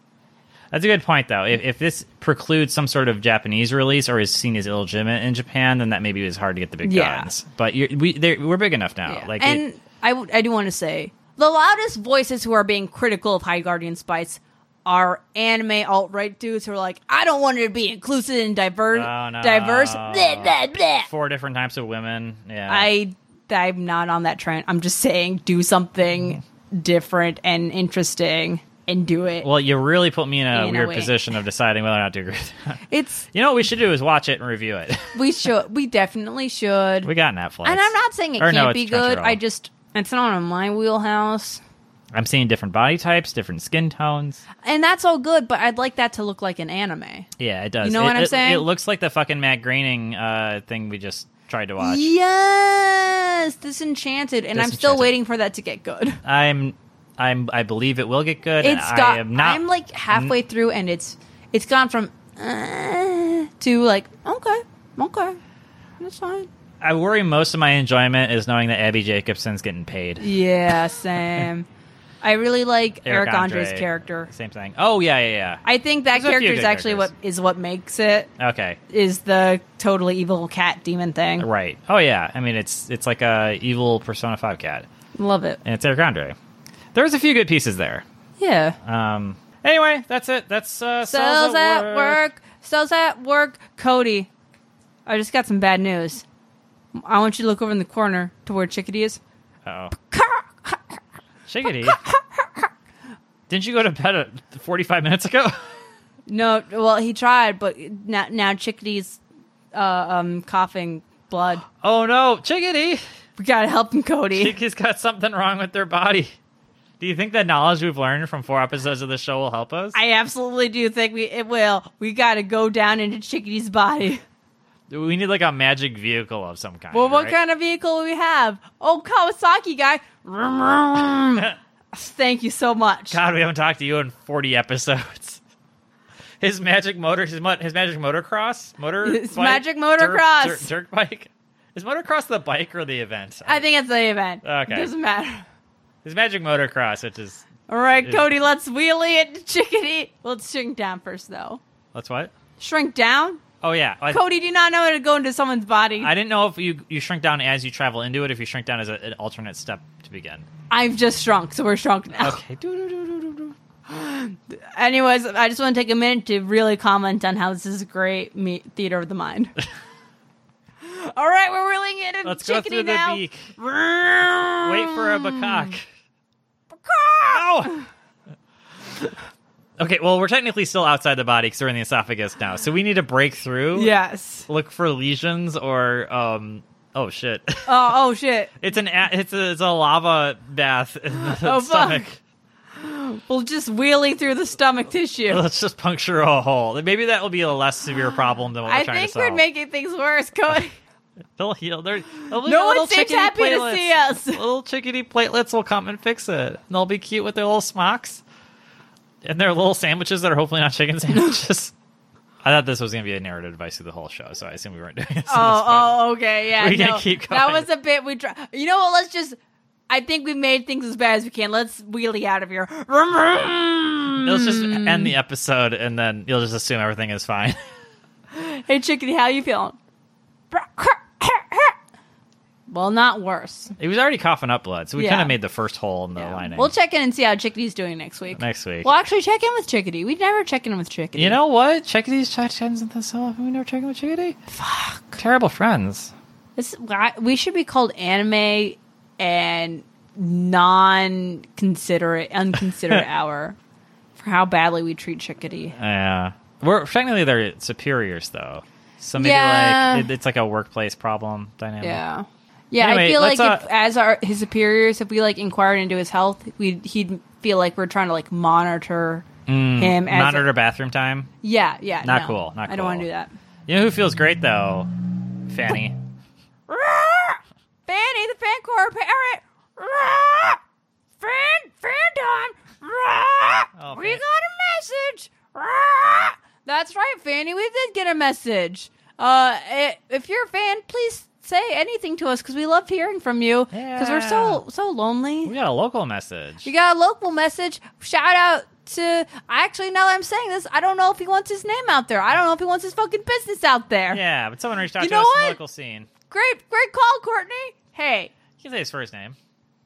[SPEAKER 2] That's a good point, though. If, if this precludes some sort of Japanese release or is seen as illegitimate in Japan, then that maybe is hard to get the big
[SPEAKER 1] Yeah.
[SPEAKER 2] guns. But you're, we they're- we're big enough now.
[SPEAKER 1] Yeah.
[SPEAKER 2] Like, it-
[SPEAKER 1] and I w- I do want to say the loudest voices who are being critical of High Guardian Spice are anime alt right dudes who are like, I don't want it to be inclusive and diverse.
[SPEAKER 2] Oh, no.
[SPEAKER 1] Diverse. Blah, blah, blah.
[SPEAKER 2] four different types of women. Yeah,
[SPEAKER 1] I I'm not on that trend. I'm just saying do something different and interesting and do it.
[SPEAKER 2] Mm-hmm. Well, you really put me in a
[SPEAKER 1] In a
[SPEAKER 2] weird
[SPEAKER 1] way.
[SPEAKER 2] position of deciding whether or not to agree. With that.
[SPEAKER 1] it's
[SPEAKER 2] You know what we should do is watch it and review it.
[SPEAKER 1] we should we definitely should.
[SPEAKER 2] we got Netflix,
[SPEAKER 1] and I'm not saying it
[SPEAKER 2] Or
[SPEAKER 1] can't
[SPEAKER 2] no,
[SPEAKER 1] be
[SPEAKER 2] it's
[SPEAKER 1] good.
[SPEAKER 2] Crunchyroll.
[SPEAKER 1] I just it's not on my wheelhouse.
[SPEAKER 2] I'm seeing different body types, different skin tones.
[SPEAKER 1] And that's all good, but I'd like that to look like an anime.
[SPEAKER 2] Yeah, it does.
[SPEAKER 1] You know
[SPEAKER 2] It-
[SPEAKER 1] what I'm
[SPEAKER 2] it-
[SPEAKER 1] saying?
[SPEAKER 2] It looks like the fucking Matt Groening uh, thing we just tried to watch.
[SPEAKER 1] Yes, Disenchanted, and I'm still
[SPEAKER 2] Disenchanted.
[SPEAKER 1] waiting for that to get good.
[SPEAKER 2] I'm, I'm, I believe it will get good. and
[SPEAKER 1] It's
[SPEAKER 2] I
[SPEAKER 1] got.
[SPEAKER 2] am not.
[SPEAKER 1] I'm like halfway through, and it's it's gone from uh, to like okay, okay, that's fine.
[SPEAKER 2] I worry most of my enjoyment is knowing that Abby Jacobson's getting paid.
[SPEAKER 1] Yeah, Sam. I really like Eric, Andre's
[SPEAKER 2] Andre,
[SPEAKER 1] character.
[SPEAKER 2] Same thing. Oh yeah, yeah,
[SPEAKER 1] I think that
[SPEAKER 2] There's a few
[SPEAKER 1] character is
[SPEAKER 2] good
[SPEAKER 1] actually what
[SPEAKER 2] characters.
[SPEAKER 1] is what makes it
[SPEAKER 2] yeah. Okay.
[SPEAKER 1] is the totally evil cat demon thing.
[SPEAKER 2] Right. Oh yeah. I mean, it's it's like a evil Persona Five cat,
[SPEAKER 1] Love it.
[SPEAKER 2] and it's Eric Andre. There's a few good pieces there.
[SPEAKER 1] Yeah.
[SPEAKER 2] Um. Anyway, that's it. That's uh,
[SPEAKER 1] Cells at work. Cells at work. Cody, I just got some bad news. I want you to look over in the corner to where Chickadee is.
[SPEAKER 2] Oh. Shiggity. Didn't you go to bed at 45 minutes ago?
[SPEAKER 1] No, well, he tried, but now, now Chickadee's uh, um, coughing blood.
[SPEAKER 2] Oh no, Chickadee!
[SPEAKER 1] We gotta help him, Cody.
[SPEAKER 2] Chickadee's got something wrong with their body. Do you think the knowledge we've learned from four episodes of the show will help us?
[SPEAKER 1] I absolutely do think we it will. We gotta go down into Chickadee's body.
[SPEAKER 2] we need like a magic vehicle of some kind.
[SPEAKER 1] Well, what
[SPEAKER 2] right?
[SPEAKER 1] kind of vehicle do we have? Oh, Kawasaki guy. Vroom, vroom. Thank you so much.
[SPEAKER 2] God, we haven't talked to you in 40 episodes. His magic motor, his, mo- his magic motocross, motor,
[SPEAKER 1] His
[SPEAKER 2] bike?
[SPEAKER 1] magic
[SPEAKER 2] Dirt-
[SPEAKER 1] motocross.
[SPEAKER 2] dirt, dirt bike. Is motocross the bike or the event?
[SPEAKER 1] I think it's the event.
[SPEAKER 2] Okay.
[SPEAKER 1] Doesn't matter.
[SPEAKER 2] His magic motocross, which is
[SPEAKER 1] All right,
[SPEAKER 2] It-
[SPEAKER 1] Cody, let's wheelie it to Chickadee. Let's shrink down first, though.
[SPEAKER 2] that's what.
[SPEAKER 1] Shrink down?
[SPEAKER 2] Oh yeah, I,
[SPEAKER 1] Cody, do you not know how to go into someone's body.
[SPEAKER 2] I didn't know if you you shrink down as you travel into it, if you shrink down as a, an alternate step to begin.
[SPEAKER 1] I've just shrunk, so we're shrunk now.
[SPEAKER 2] Okay. Doo-doo-doo-doo-doo-doo.
[SPEAKER 1] Anyways, I just want to take a minute to really comment on how this is great me- theater of the mind. All right, we're reeling it in
[SPEAKER 2] Let's go
[SPEAKER 1] chickadee
[SPEAKER 2] through
[SPEAKER 1] now.
[SPEAKER 2] the beak. Wait
[SPEAKER 1] Wait
[SPEAKER 2] for a macaque. Ow! Okay, well, we're technically still outside the body because we're in the esophagus now, so we need to break through.
[SPEAKER 1] Yes.
[SPEAKER 2] Look for lesions or um. Oh shit!
[SPEAKER 1] Oh, oh shit.
[SPEAKER 2] It's an a- it's a, it's a lava bath in the
[SPEAKER 1] Oh, fuck.
[SPEAKER 2] stomach.
[SPEAKER 1] We'll just wheelie through the stomach tissue.
[SPEAKER 2] Let's just puncture a hole. Maybe that will be a less severe problem than what we're
[SPEAKER 1] I
[SPEAKER 2] trying
[SPEAKER 1] think
[SPEAKER 2] to solve.
[SPEAKER 1] we're making things worse, Cody.
[SPEAKER 2] They'll heal. They're, they'll be
[SPEAKER 1] No
[SPEAKER 2] little
[SPEAKER 1] one seems
[SPEAKER 2] chickadee
[SPEAKER 1] happy to
[SPEAKER 2] platelets.
[SPEAKER 1] see us.
[SPEAKER 2] Little chickadee platelets will come and fix it. And they'll be cute with their little smocks and their little sandwiches that are hopefully not chicken sandwiches. I thought this was going to be a narrative device through the whole show, so I assume we weren't doing this.
[SPEAKER 1] Oh, oh, okay, yeah.
[SPEAKER 2] We gotta
[SPEAKER 1] no.
[SPEAKER 2] keep
[SPEAKER 1] That
[SPEAKER 2] going.
[SPEAKER 1] was a bit we try. You know what? Let's just. I think we've made things as bad as we can. Let's wheelie out of here. Vroom, vroom.
[SPEAKER 2] Let's just end the episode, and then you'll just assume everything is fine.
[SPEAKER 1] Hey, chickadee, how you feeling? Well, not worse.
[SPEAKER 2] he was already coughing up blood, so we
[SPEAKER 1] Yeah.
[SPEAKER 2] kind of made the first hole in the
[SPEAKER 1] Yeah.
[SPEAKER 2] lining.
[SPEAKER 1] We'll check in and see how chickadee's doing next week.
[SPEAKER 2] Next week.
[SPEAKER 1] We'll actually check in with chickadee. We never check in with chickadee.
[SPEAKER 2] you know what? Chickadee's chickens and the cell. We never checking with chickadee. Fuck. Terrible friends.
[SPEAKER 1] This, why- we should be called anime and non-considerate, unconsiderate hour. for how badly we treat Chickadee.
[SPEAKER 2] Yeah. We're technically they're superiors though. So maybe
[SPEAKER 1] Yeah.
[SPEAKER 2] like it, it's like a workplace problem dynamic.
[SPEAKER 1] Yeah. Yeah, I
[SPEAKER 2] Anyway,
[SPEAKER 1] feel like
[SPEAKER 2] let's,
[SPEAKER 1] if,
[SPEAKER 2] uh,
[SPEAKER 1] as our his superiors, if we like inquired into his health, we he'd feel like we're trying to like monitor him. As
[SPEAKER 2] Hmm. Monitor bathroom time.
[SPEAKER 1] yeah, yeah.
[SPEAKER 2] Not
[SPEAKER 1] no.
[SPEAKER 2] cool, not
[SPEAKER 1] I don't want to do
[SPEAKER 2] cool.
[SPEAKER 1] that.
[SPEAKER 2] You know who feels great though? Fanny.
[SPEAKER 1] Fanny, the fan core parrot. Rah! Fan, fandom. Rah!
[SPEAKER 2] Oh,
[SPEAKER 1] we
[SPEAKER 2] Fan-
[SPEAKER 1] got a message. Rah! That's right, Fanny. We did get a message. Uh, i- if you're a fan, please say anything to us because we love hearing from you because we're so so lonely.
[SPEAKER 2] We got a local message.
[SPEAKER 1] You got a local message. Shout out to. Actually, now that I'm saying this, I don't know if he wants his name out there. I don't know if he wants his fucking business out there.
[SPEAKER 2] yeah, but someone reached out
[SPEAKER 1] You
[SPEAKER 2] to
[SPEAKER 1] know
[SPEAKER 2] us in
[SPEAKER 1] what?
[SPEAKER 2] the local scene.
[SPEAKER 1] Great, great call, Courtney. Hey,
[SPEAKER 2] You can say his first name.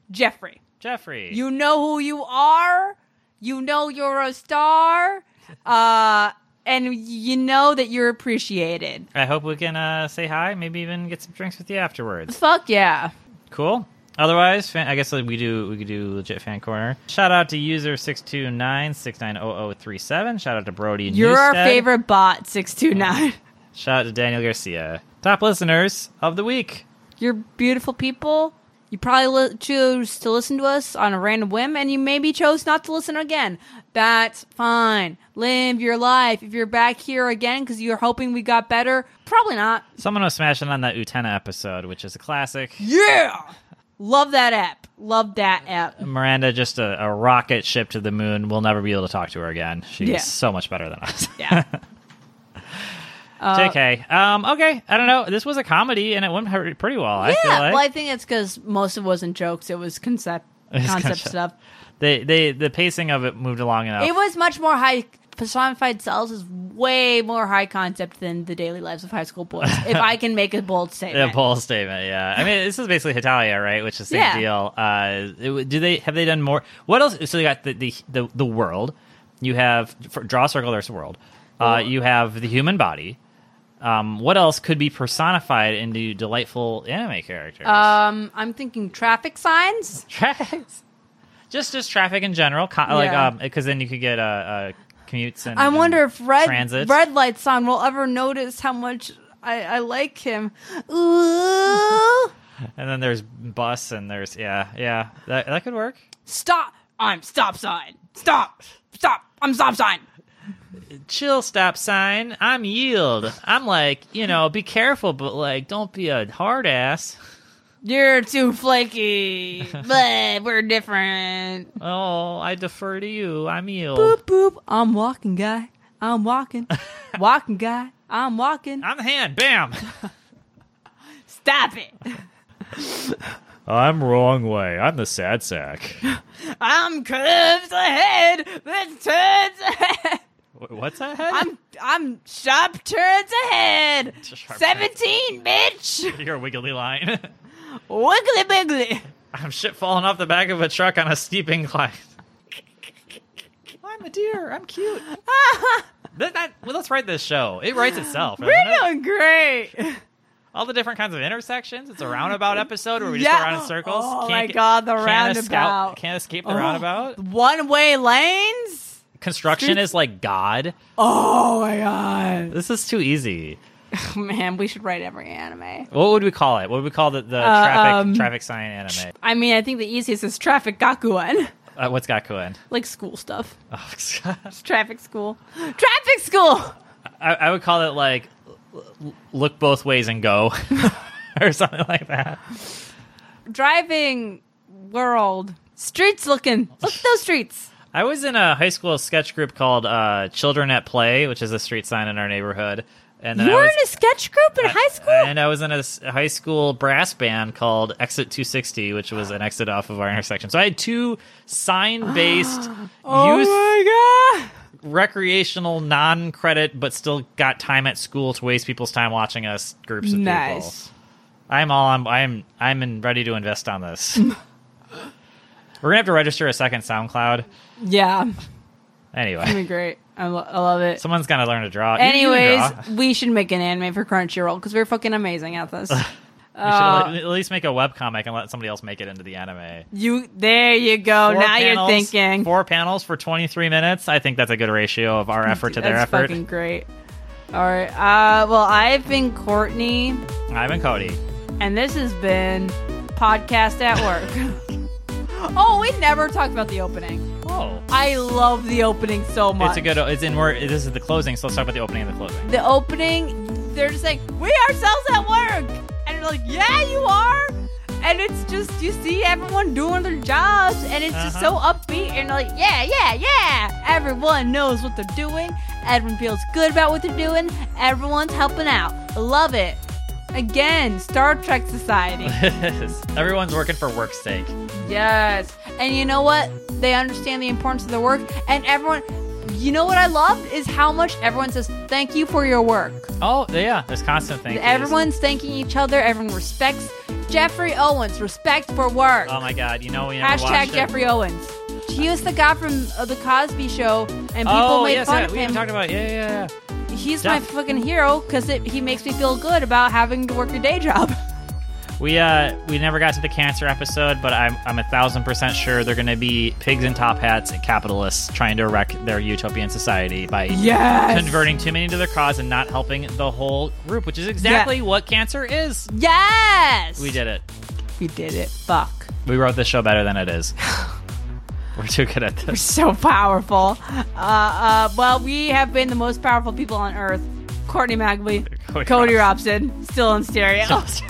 [SPEAKER 1] Jeffrey.
[SPEAKER 2] Jeffrey.
[SPEAKER 1] You know who you are. You know you're a star. Uh, and you know that you're appreciated.
[SPEAKER 2] I hope we can uh, say hi, maybe even get some drinks with you afterwards.
[SPEAKER 1] Fuck yeah.
[SPEAKER 2] Cool. Otherwise, fan, I guess we do we could do legit fan corner. Shout out to user six two nine six nine zero zero three seven. Shout out to Brody.
[SPEAKER 1] You're our
[SPEAKER 2] Newstead.
[SPEAKER 1] favorite bot, 629.
[SPEAKER 2] Shout out to Daniel Garcia. Top listeners of the week.
[SPEAKER 1] You're beautiful people. You probably li- choose to listen to us on a random whim, and you maybe chose not to listen again. That's fine. Live your life. If you're back here again because you're hoping we got better, probably not.
[SPEAKER 2] Someone was smashing on that Utena episode, which is a classic.
[SPEAKER 1] Yeah! Love that app. Love that app.
[SPEAKER 2] Miranda just a, a rocket ship to the moon. We'll never be able to talk to her again. She's
[SPEAKER 1] Yeah.
[SPEAKER 2] so much better than us.
[SPEAKER 1] Yeah. Uh,
[SPEAKER 2] JK. Um, okay. I don't know. This was a comedy and it went pretty- pretty well. I feel
[SPEAKER 1] yeah,
[SPEAKER 2] like
[SPEAKER 1] well, I think it's because most of it wasn't jokes; it was concept
[SPEAKER 2] was
[SPEAKER 1] concept
[SPEAKER 2] concept. Oh.
[SPEAKER 1] stuff.
[SPEAKER 2] they, they the pacing of it moved along enough.
[SPEAKER 1] It was much more high. Personified Cells is way more high concept than the daily lives of high school boys. if I can make a bold
[SPEAKER 2] a
[SPEAKER 1] statement,
[SPEAKER 2] bold statement, yeah. I mean, this is basically Italia, right? Which is the same
[SPEAKER 1] Yeah.
[SPEAKER 2] deal. Uh, it w- do they have they done more? What else? So you got the the the, the world. You have for, draw a circle. There's a world. Uh, you have the human body. Um, what else could be personified into delightful anime characters?
[SPEAKER 1] um, I'm thinking traffic signs.
[SPEAKER 2] Traffic. just just traffic in general, co- like
[SPEAKER 1] Yeah.
[SPEAKER 2] um, because then you could get uh, uh commutes and
[SPEAKER 1] I wonder
[SPEAKER 2] and
[SPEAKER 1] if red
[SPEAKER 2] transits.
[SPEAKER 1] red light son will ever notice how much I, I like him. Ooh,
[SPEAKER 2] and then there's bus and there's yeah yeah that that could work.
[SPEAKER 1] stop! I'm stop sign. Stop! Stop! I'm stop sign.
[SPEAKER 2] chill stop sign. I'm yield. I'm like, you know, be careful, but like, don't be a hard ass.
[SPEAKER 1] You're too flaky, but we're different.
[SPEAKER 2] Oh, I defer to you. I'm yield.
[SPEAKER 1] boop boop. I'm walking, guy. I'm walking, walking, guy. I'm walking.
[SPEAKER 2] I'm the hand. Bam.
[SPEAKER 1] Stop it.
[SPEAKER 2] I'm wrong way. I'm the sad sack.
[SPEAKER 1] I'm curves ahead with turns ahead.
[SPEAKER 2] What's that? Head?
[SPEAKER 1] I'm I'm sharp turns ahead.
[SPEAKER 2] Sharp turns.
[SPEAKER 1] Seventeen, bitch.
[SPEAKER 2] You're a wiggly line.
[SPEAKER 1] Wiggly biggly.
[SPEAKER 2] I'm shit falling off the back of a truck on a steep incline. I'm a deer. I'm cute. that, that, well, let's write this show. It writes itself. doesn't it?
[SPEAKER 1] We're doing great.
[SPEAKER 2] all the different kinds of intersections. It's a roundabout episode where we
[SPEAKER 1] Yeah.
[SPEAKER 2] just go around in circles.
[SPEAKER 1] Oh
[SPEAKER 2] Can't
[SPEAKER 1] my
[SPEAKER 2] get-
[SPEAKER 1] God, the
[SPEAKER 2] can't escape-
[SPEAKER 1] roundabout. Oh.
[SPEAKER 2] can't escape the roundabout.
[SPEAKER 1] One way lanes.
[SPEAKER 2] Construction
[SPEAKER 1] Streets-
[SPEAKER 2] is like God.
[SPEAKER 1] Oh my god.
[SPEAKER 2] This is too easy.
[SPEAKER 1] Man, we should write every anime.
[SPEAKER 2] What would we call it? What would we call the, the
[SPEAKER 1] Uh,
[SPEAKER 2] traffic
[SPEAKER 1] um,
[SPEAKER 2] traffic sign anime?
[SPEAKER 1] I mean, I think the easiest is traffic gakuan,
[SPEAKER 2] Uh, what's Gakuen?
[SPEAKER 1] like school stuff.
[SPEAKER 2] Oh,
[SPEAKER 1] It's traffic school. Traffic school.
[SPEAKER 2] I, I would call it like l- look both ways and go, or something like that.
[SPEAKER 1] driving world. Streets looking. Look at those streets.
[SPEAKER 2] I was in a high school sketch group called uh, Children at Play, which is a street sign in our neighborhood. And then
[SPEAKER 1] You
[SPEAKER 2] I
[SPEAKER 1] were
[SPEAKER 2] was,
[SPEAKER 1] in a sketch group in high school?
[SPEAKER 2] And I was in a s- high school brass band called Exit 260, which was an exit off of our intersection. So I had two sign based youth
[SPEAKER 1] Oh my god.
[SPEAKER 2] recreational, non credit, but still got time at school to waste people's time watching us groups of people.
[SPEAKER 1] Nice.
[SPEAKER 2] I'm all on, I'm, I'm in ready to invest on this. We're going to have to register a second SoundCloud.
[SPEAKER 1] Yeah. I
[SPEAKER 2] Anyway,
[SPEAKER 1] mean, great. I, lo- I love it.
[SPEAKER 2] someone's going to learn to draw. You- you can
[SPEAKER 1] Anyways,
[SPEAKER 2] draw.
[SPEAKER 1] we should make an anime for Crunchyroll because we're fucking amazing at this. Uh,
[SPEAKER 2] we should at least make a webcomic and let somebody else make it into the anime.
[SPEAKER 1] you there you go.
[SPEAKER 2] Four
[SPEAKER 1] Oh, now
[SPEAKER 2] panels-
[SPEAKER 1] you're thinking.
[SPEAKER 2] Four panels for 23 minutes. I think that's a good ratio of our effort to
[SPEAKER 1] That's
[SPEAKER 2] their effort.
[SPEAKER 1] fucking great. All right. Uh, well, I've been Courtney,
[SPEAKER 2] I've been Cody.
[SPEAKER 1] and this has been podcast at work. oh, we never talked about the opening.
[SPEAKER 2] Oh.
[SPEAKER 1] I love the opening so much.
[SPEAKER 2] It's a good. It's in. We're, this is the closing. So let's talk about the opening and the closing.
[SPEAKER 1] the opening, they're just like, we ourselves at work. And you're like, yeah, you are. And it's just, you see everyone doing their jobs, and it's just so
[SPEAKER 2] Uh-huh.
[SPEAKER 1] upbeat. And like, yeah, yeah, yeah. Everyone knows what they're doing. Everyone feels good about what they're doing. Everyone's helping out. Love it. Again, Star Trek Society.
[SPEAKER 2] Everyone's working for work's sake.
[SPEAKER 1] Yes. And you know what? They understand the importance of their work. And everyone, you know what I love is how much everyone says, thank you for your work.
[SPEAKER 2] Oh yeah, there's constant things.
[SPEAKER 1] Everyone's thanking each other. Everyone respects Jeffrey Owens. Respect for work.
[SPEAKER 2] Oh my god, you know we never watched
[SPEAKER 1] Hashtag
[SPEAKER 2] it.
[SPEAKER 1] Jeffrey Owens. He was the guy from uh, the Cosby Show, and people
[SPEAKER 2] oh
[SPEAKER 1] made
[SPEAKER 2] yes,
[SPEAKER 1] fun
[SPEAKER 2] yeah,
[SPEAKER 1] of
[SPEAKER 2] we even
[SPEAKER 1] him.
[SPEAKER 2] talked about it. yeah, yeah, yeah.
[SPEAKER 1] He's my
[SPEAKER 2] Def-
[SPEAKER 1] fucking hero because he makes me feel good about having to work a day job.
[SPEAKER 2] We uh we never got to the cancer episode, but I'm I'm a thousand percent sure they're gonna be pigs in top hats and capitalists trying to wreck their utopian society by
[SPEAKER 1] Yes.
[SPEAKER 2] converting too many to their cause and not helping the whole group, which is exactly what cancer is.
[SPEAKER 1] Yes.
[SPEAKER 2] We did it.
[SPEAKER 1] We did it. Fuck.
[SPEAKER 2] We wrote this show better than it is. We're too good at
[SPEAKER 1] We're
[SPEAKER 2] this.
[SPEAKER 1] so powerful. Uh, uh, well, we have been the most powerful people on earth. Courtney Magley,
[SPEAKER 2] Cody
[SPEAKER 1] Cody Robson, still in stereo. Goodbye,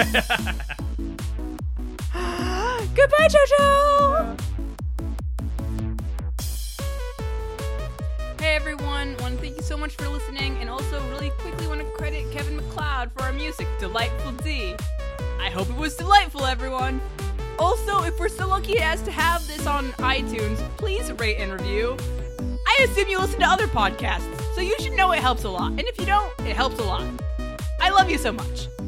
[SPEAKER 1] JoJo. Hey everyone, want to thank you so much for listening, and also really quickly want to credit Kevin McLeod for our music, Delightful D. I hope it was delightful, everyone. Also, if we're so lucky as to have this on iTunes, please rate and review. I assume you listen to other podcasts, so you should know it helps a lot. And if you don't, it helps a lot. I love you so much.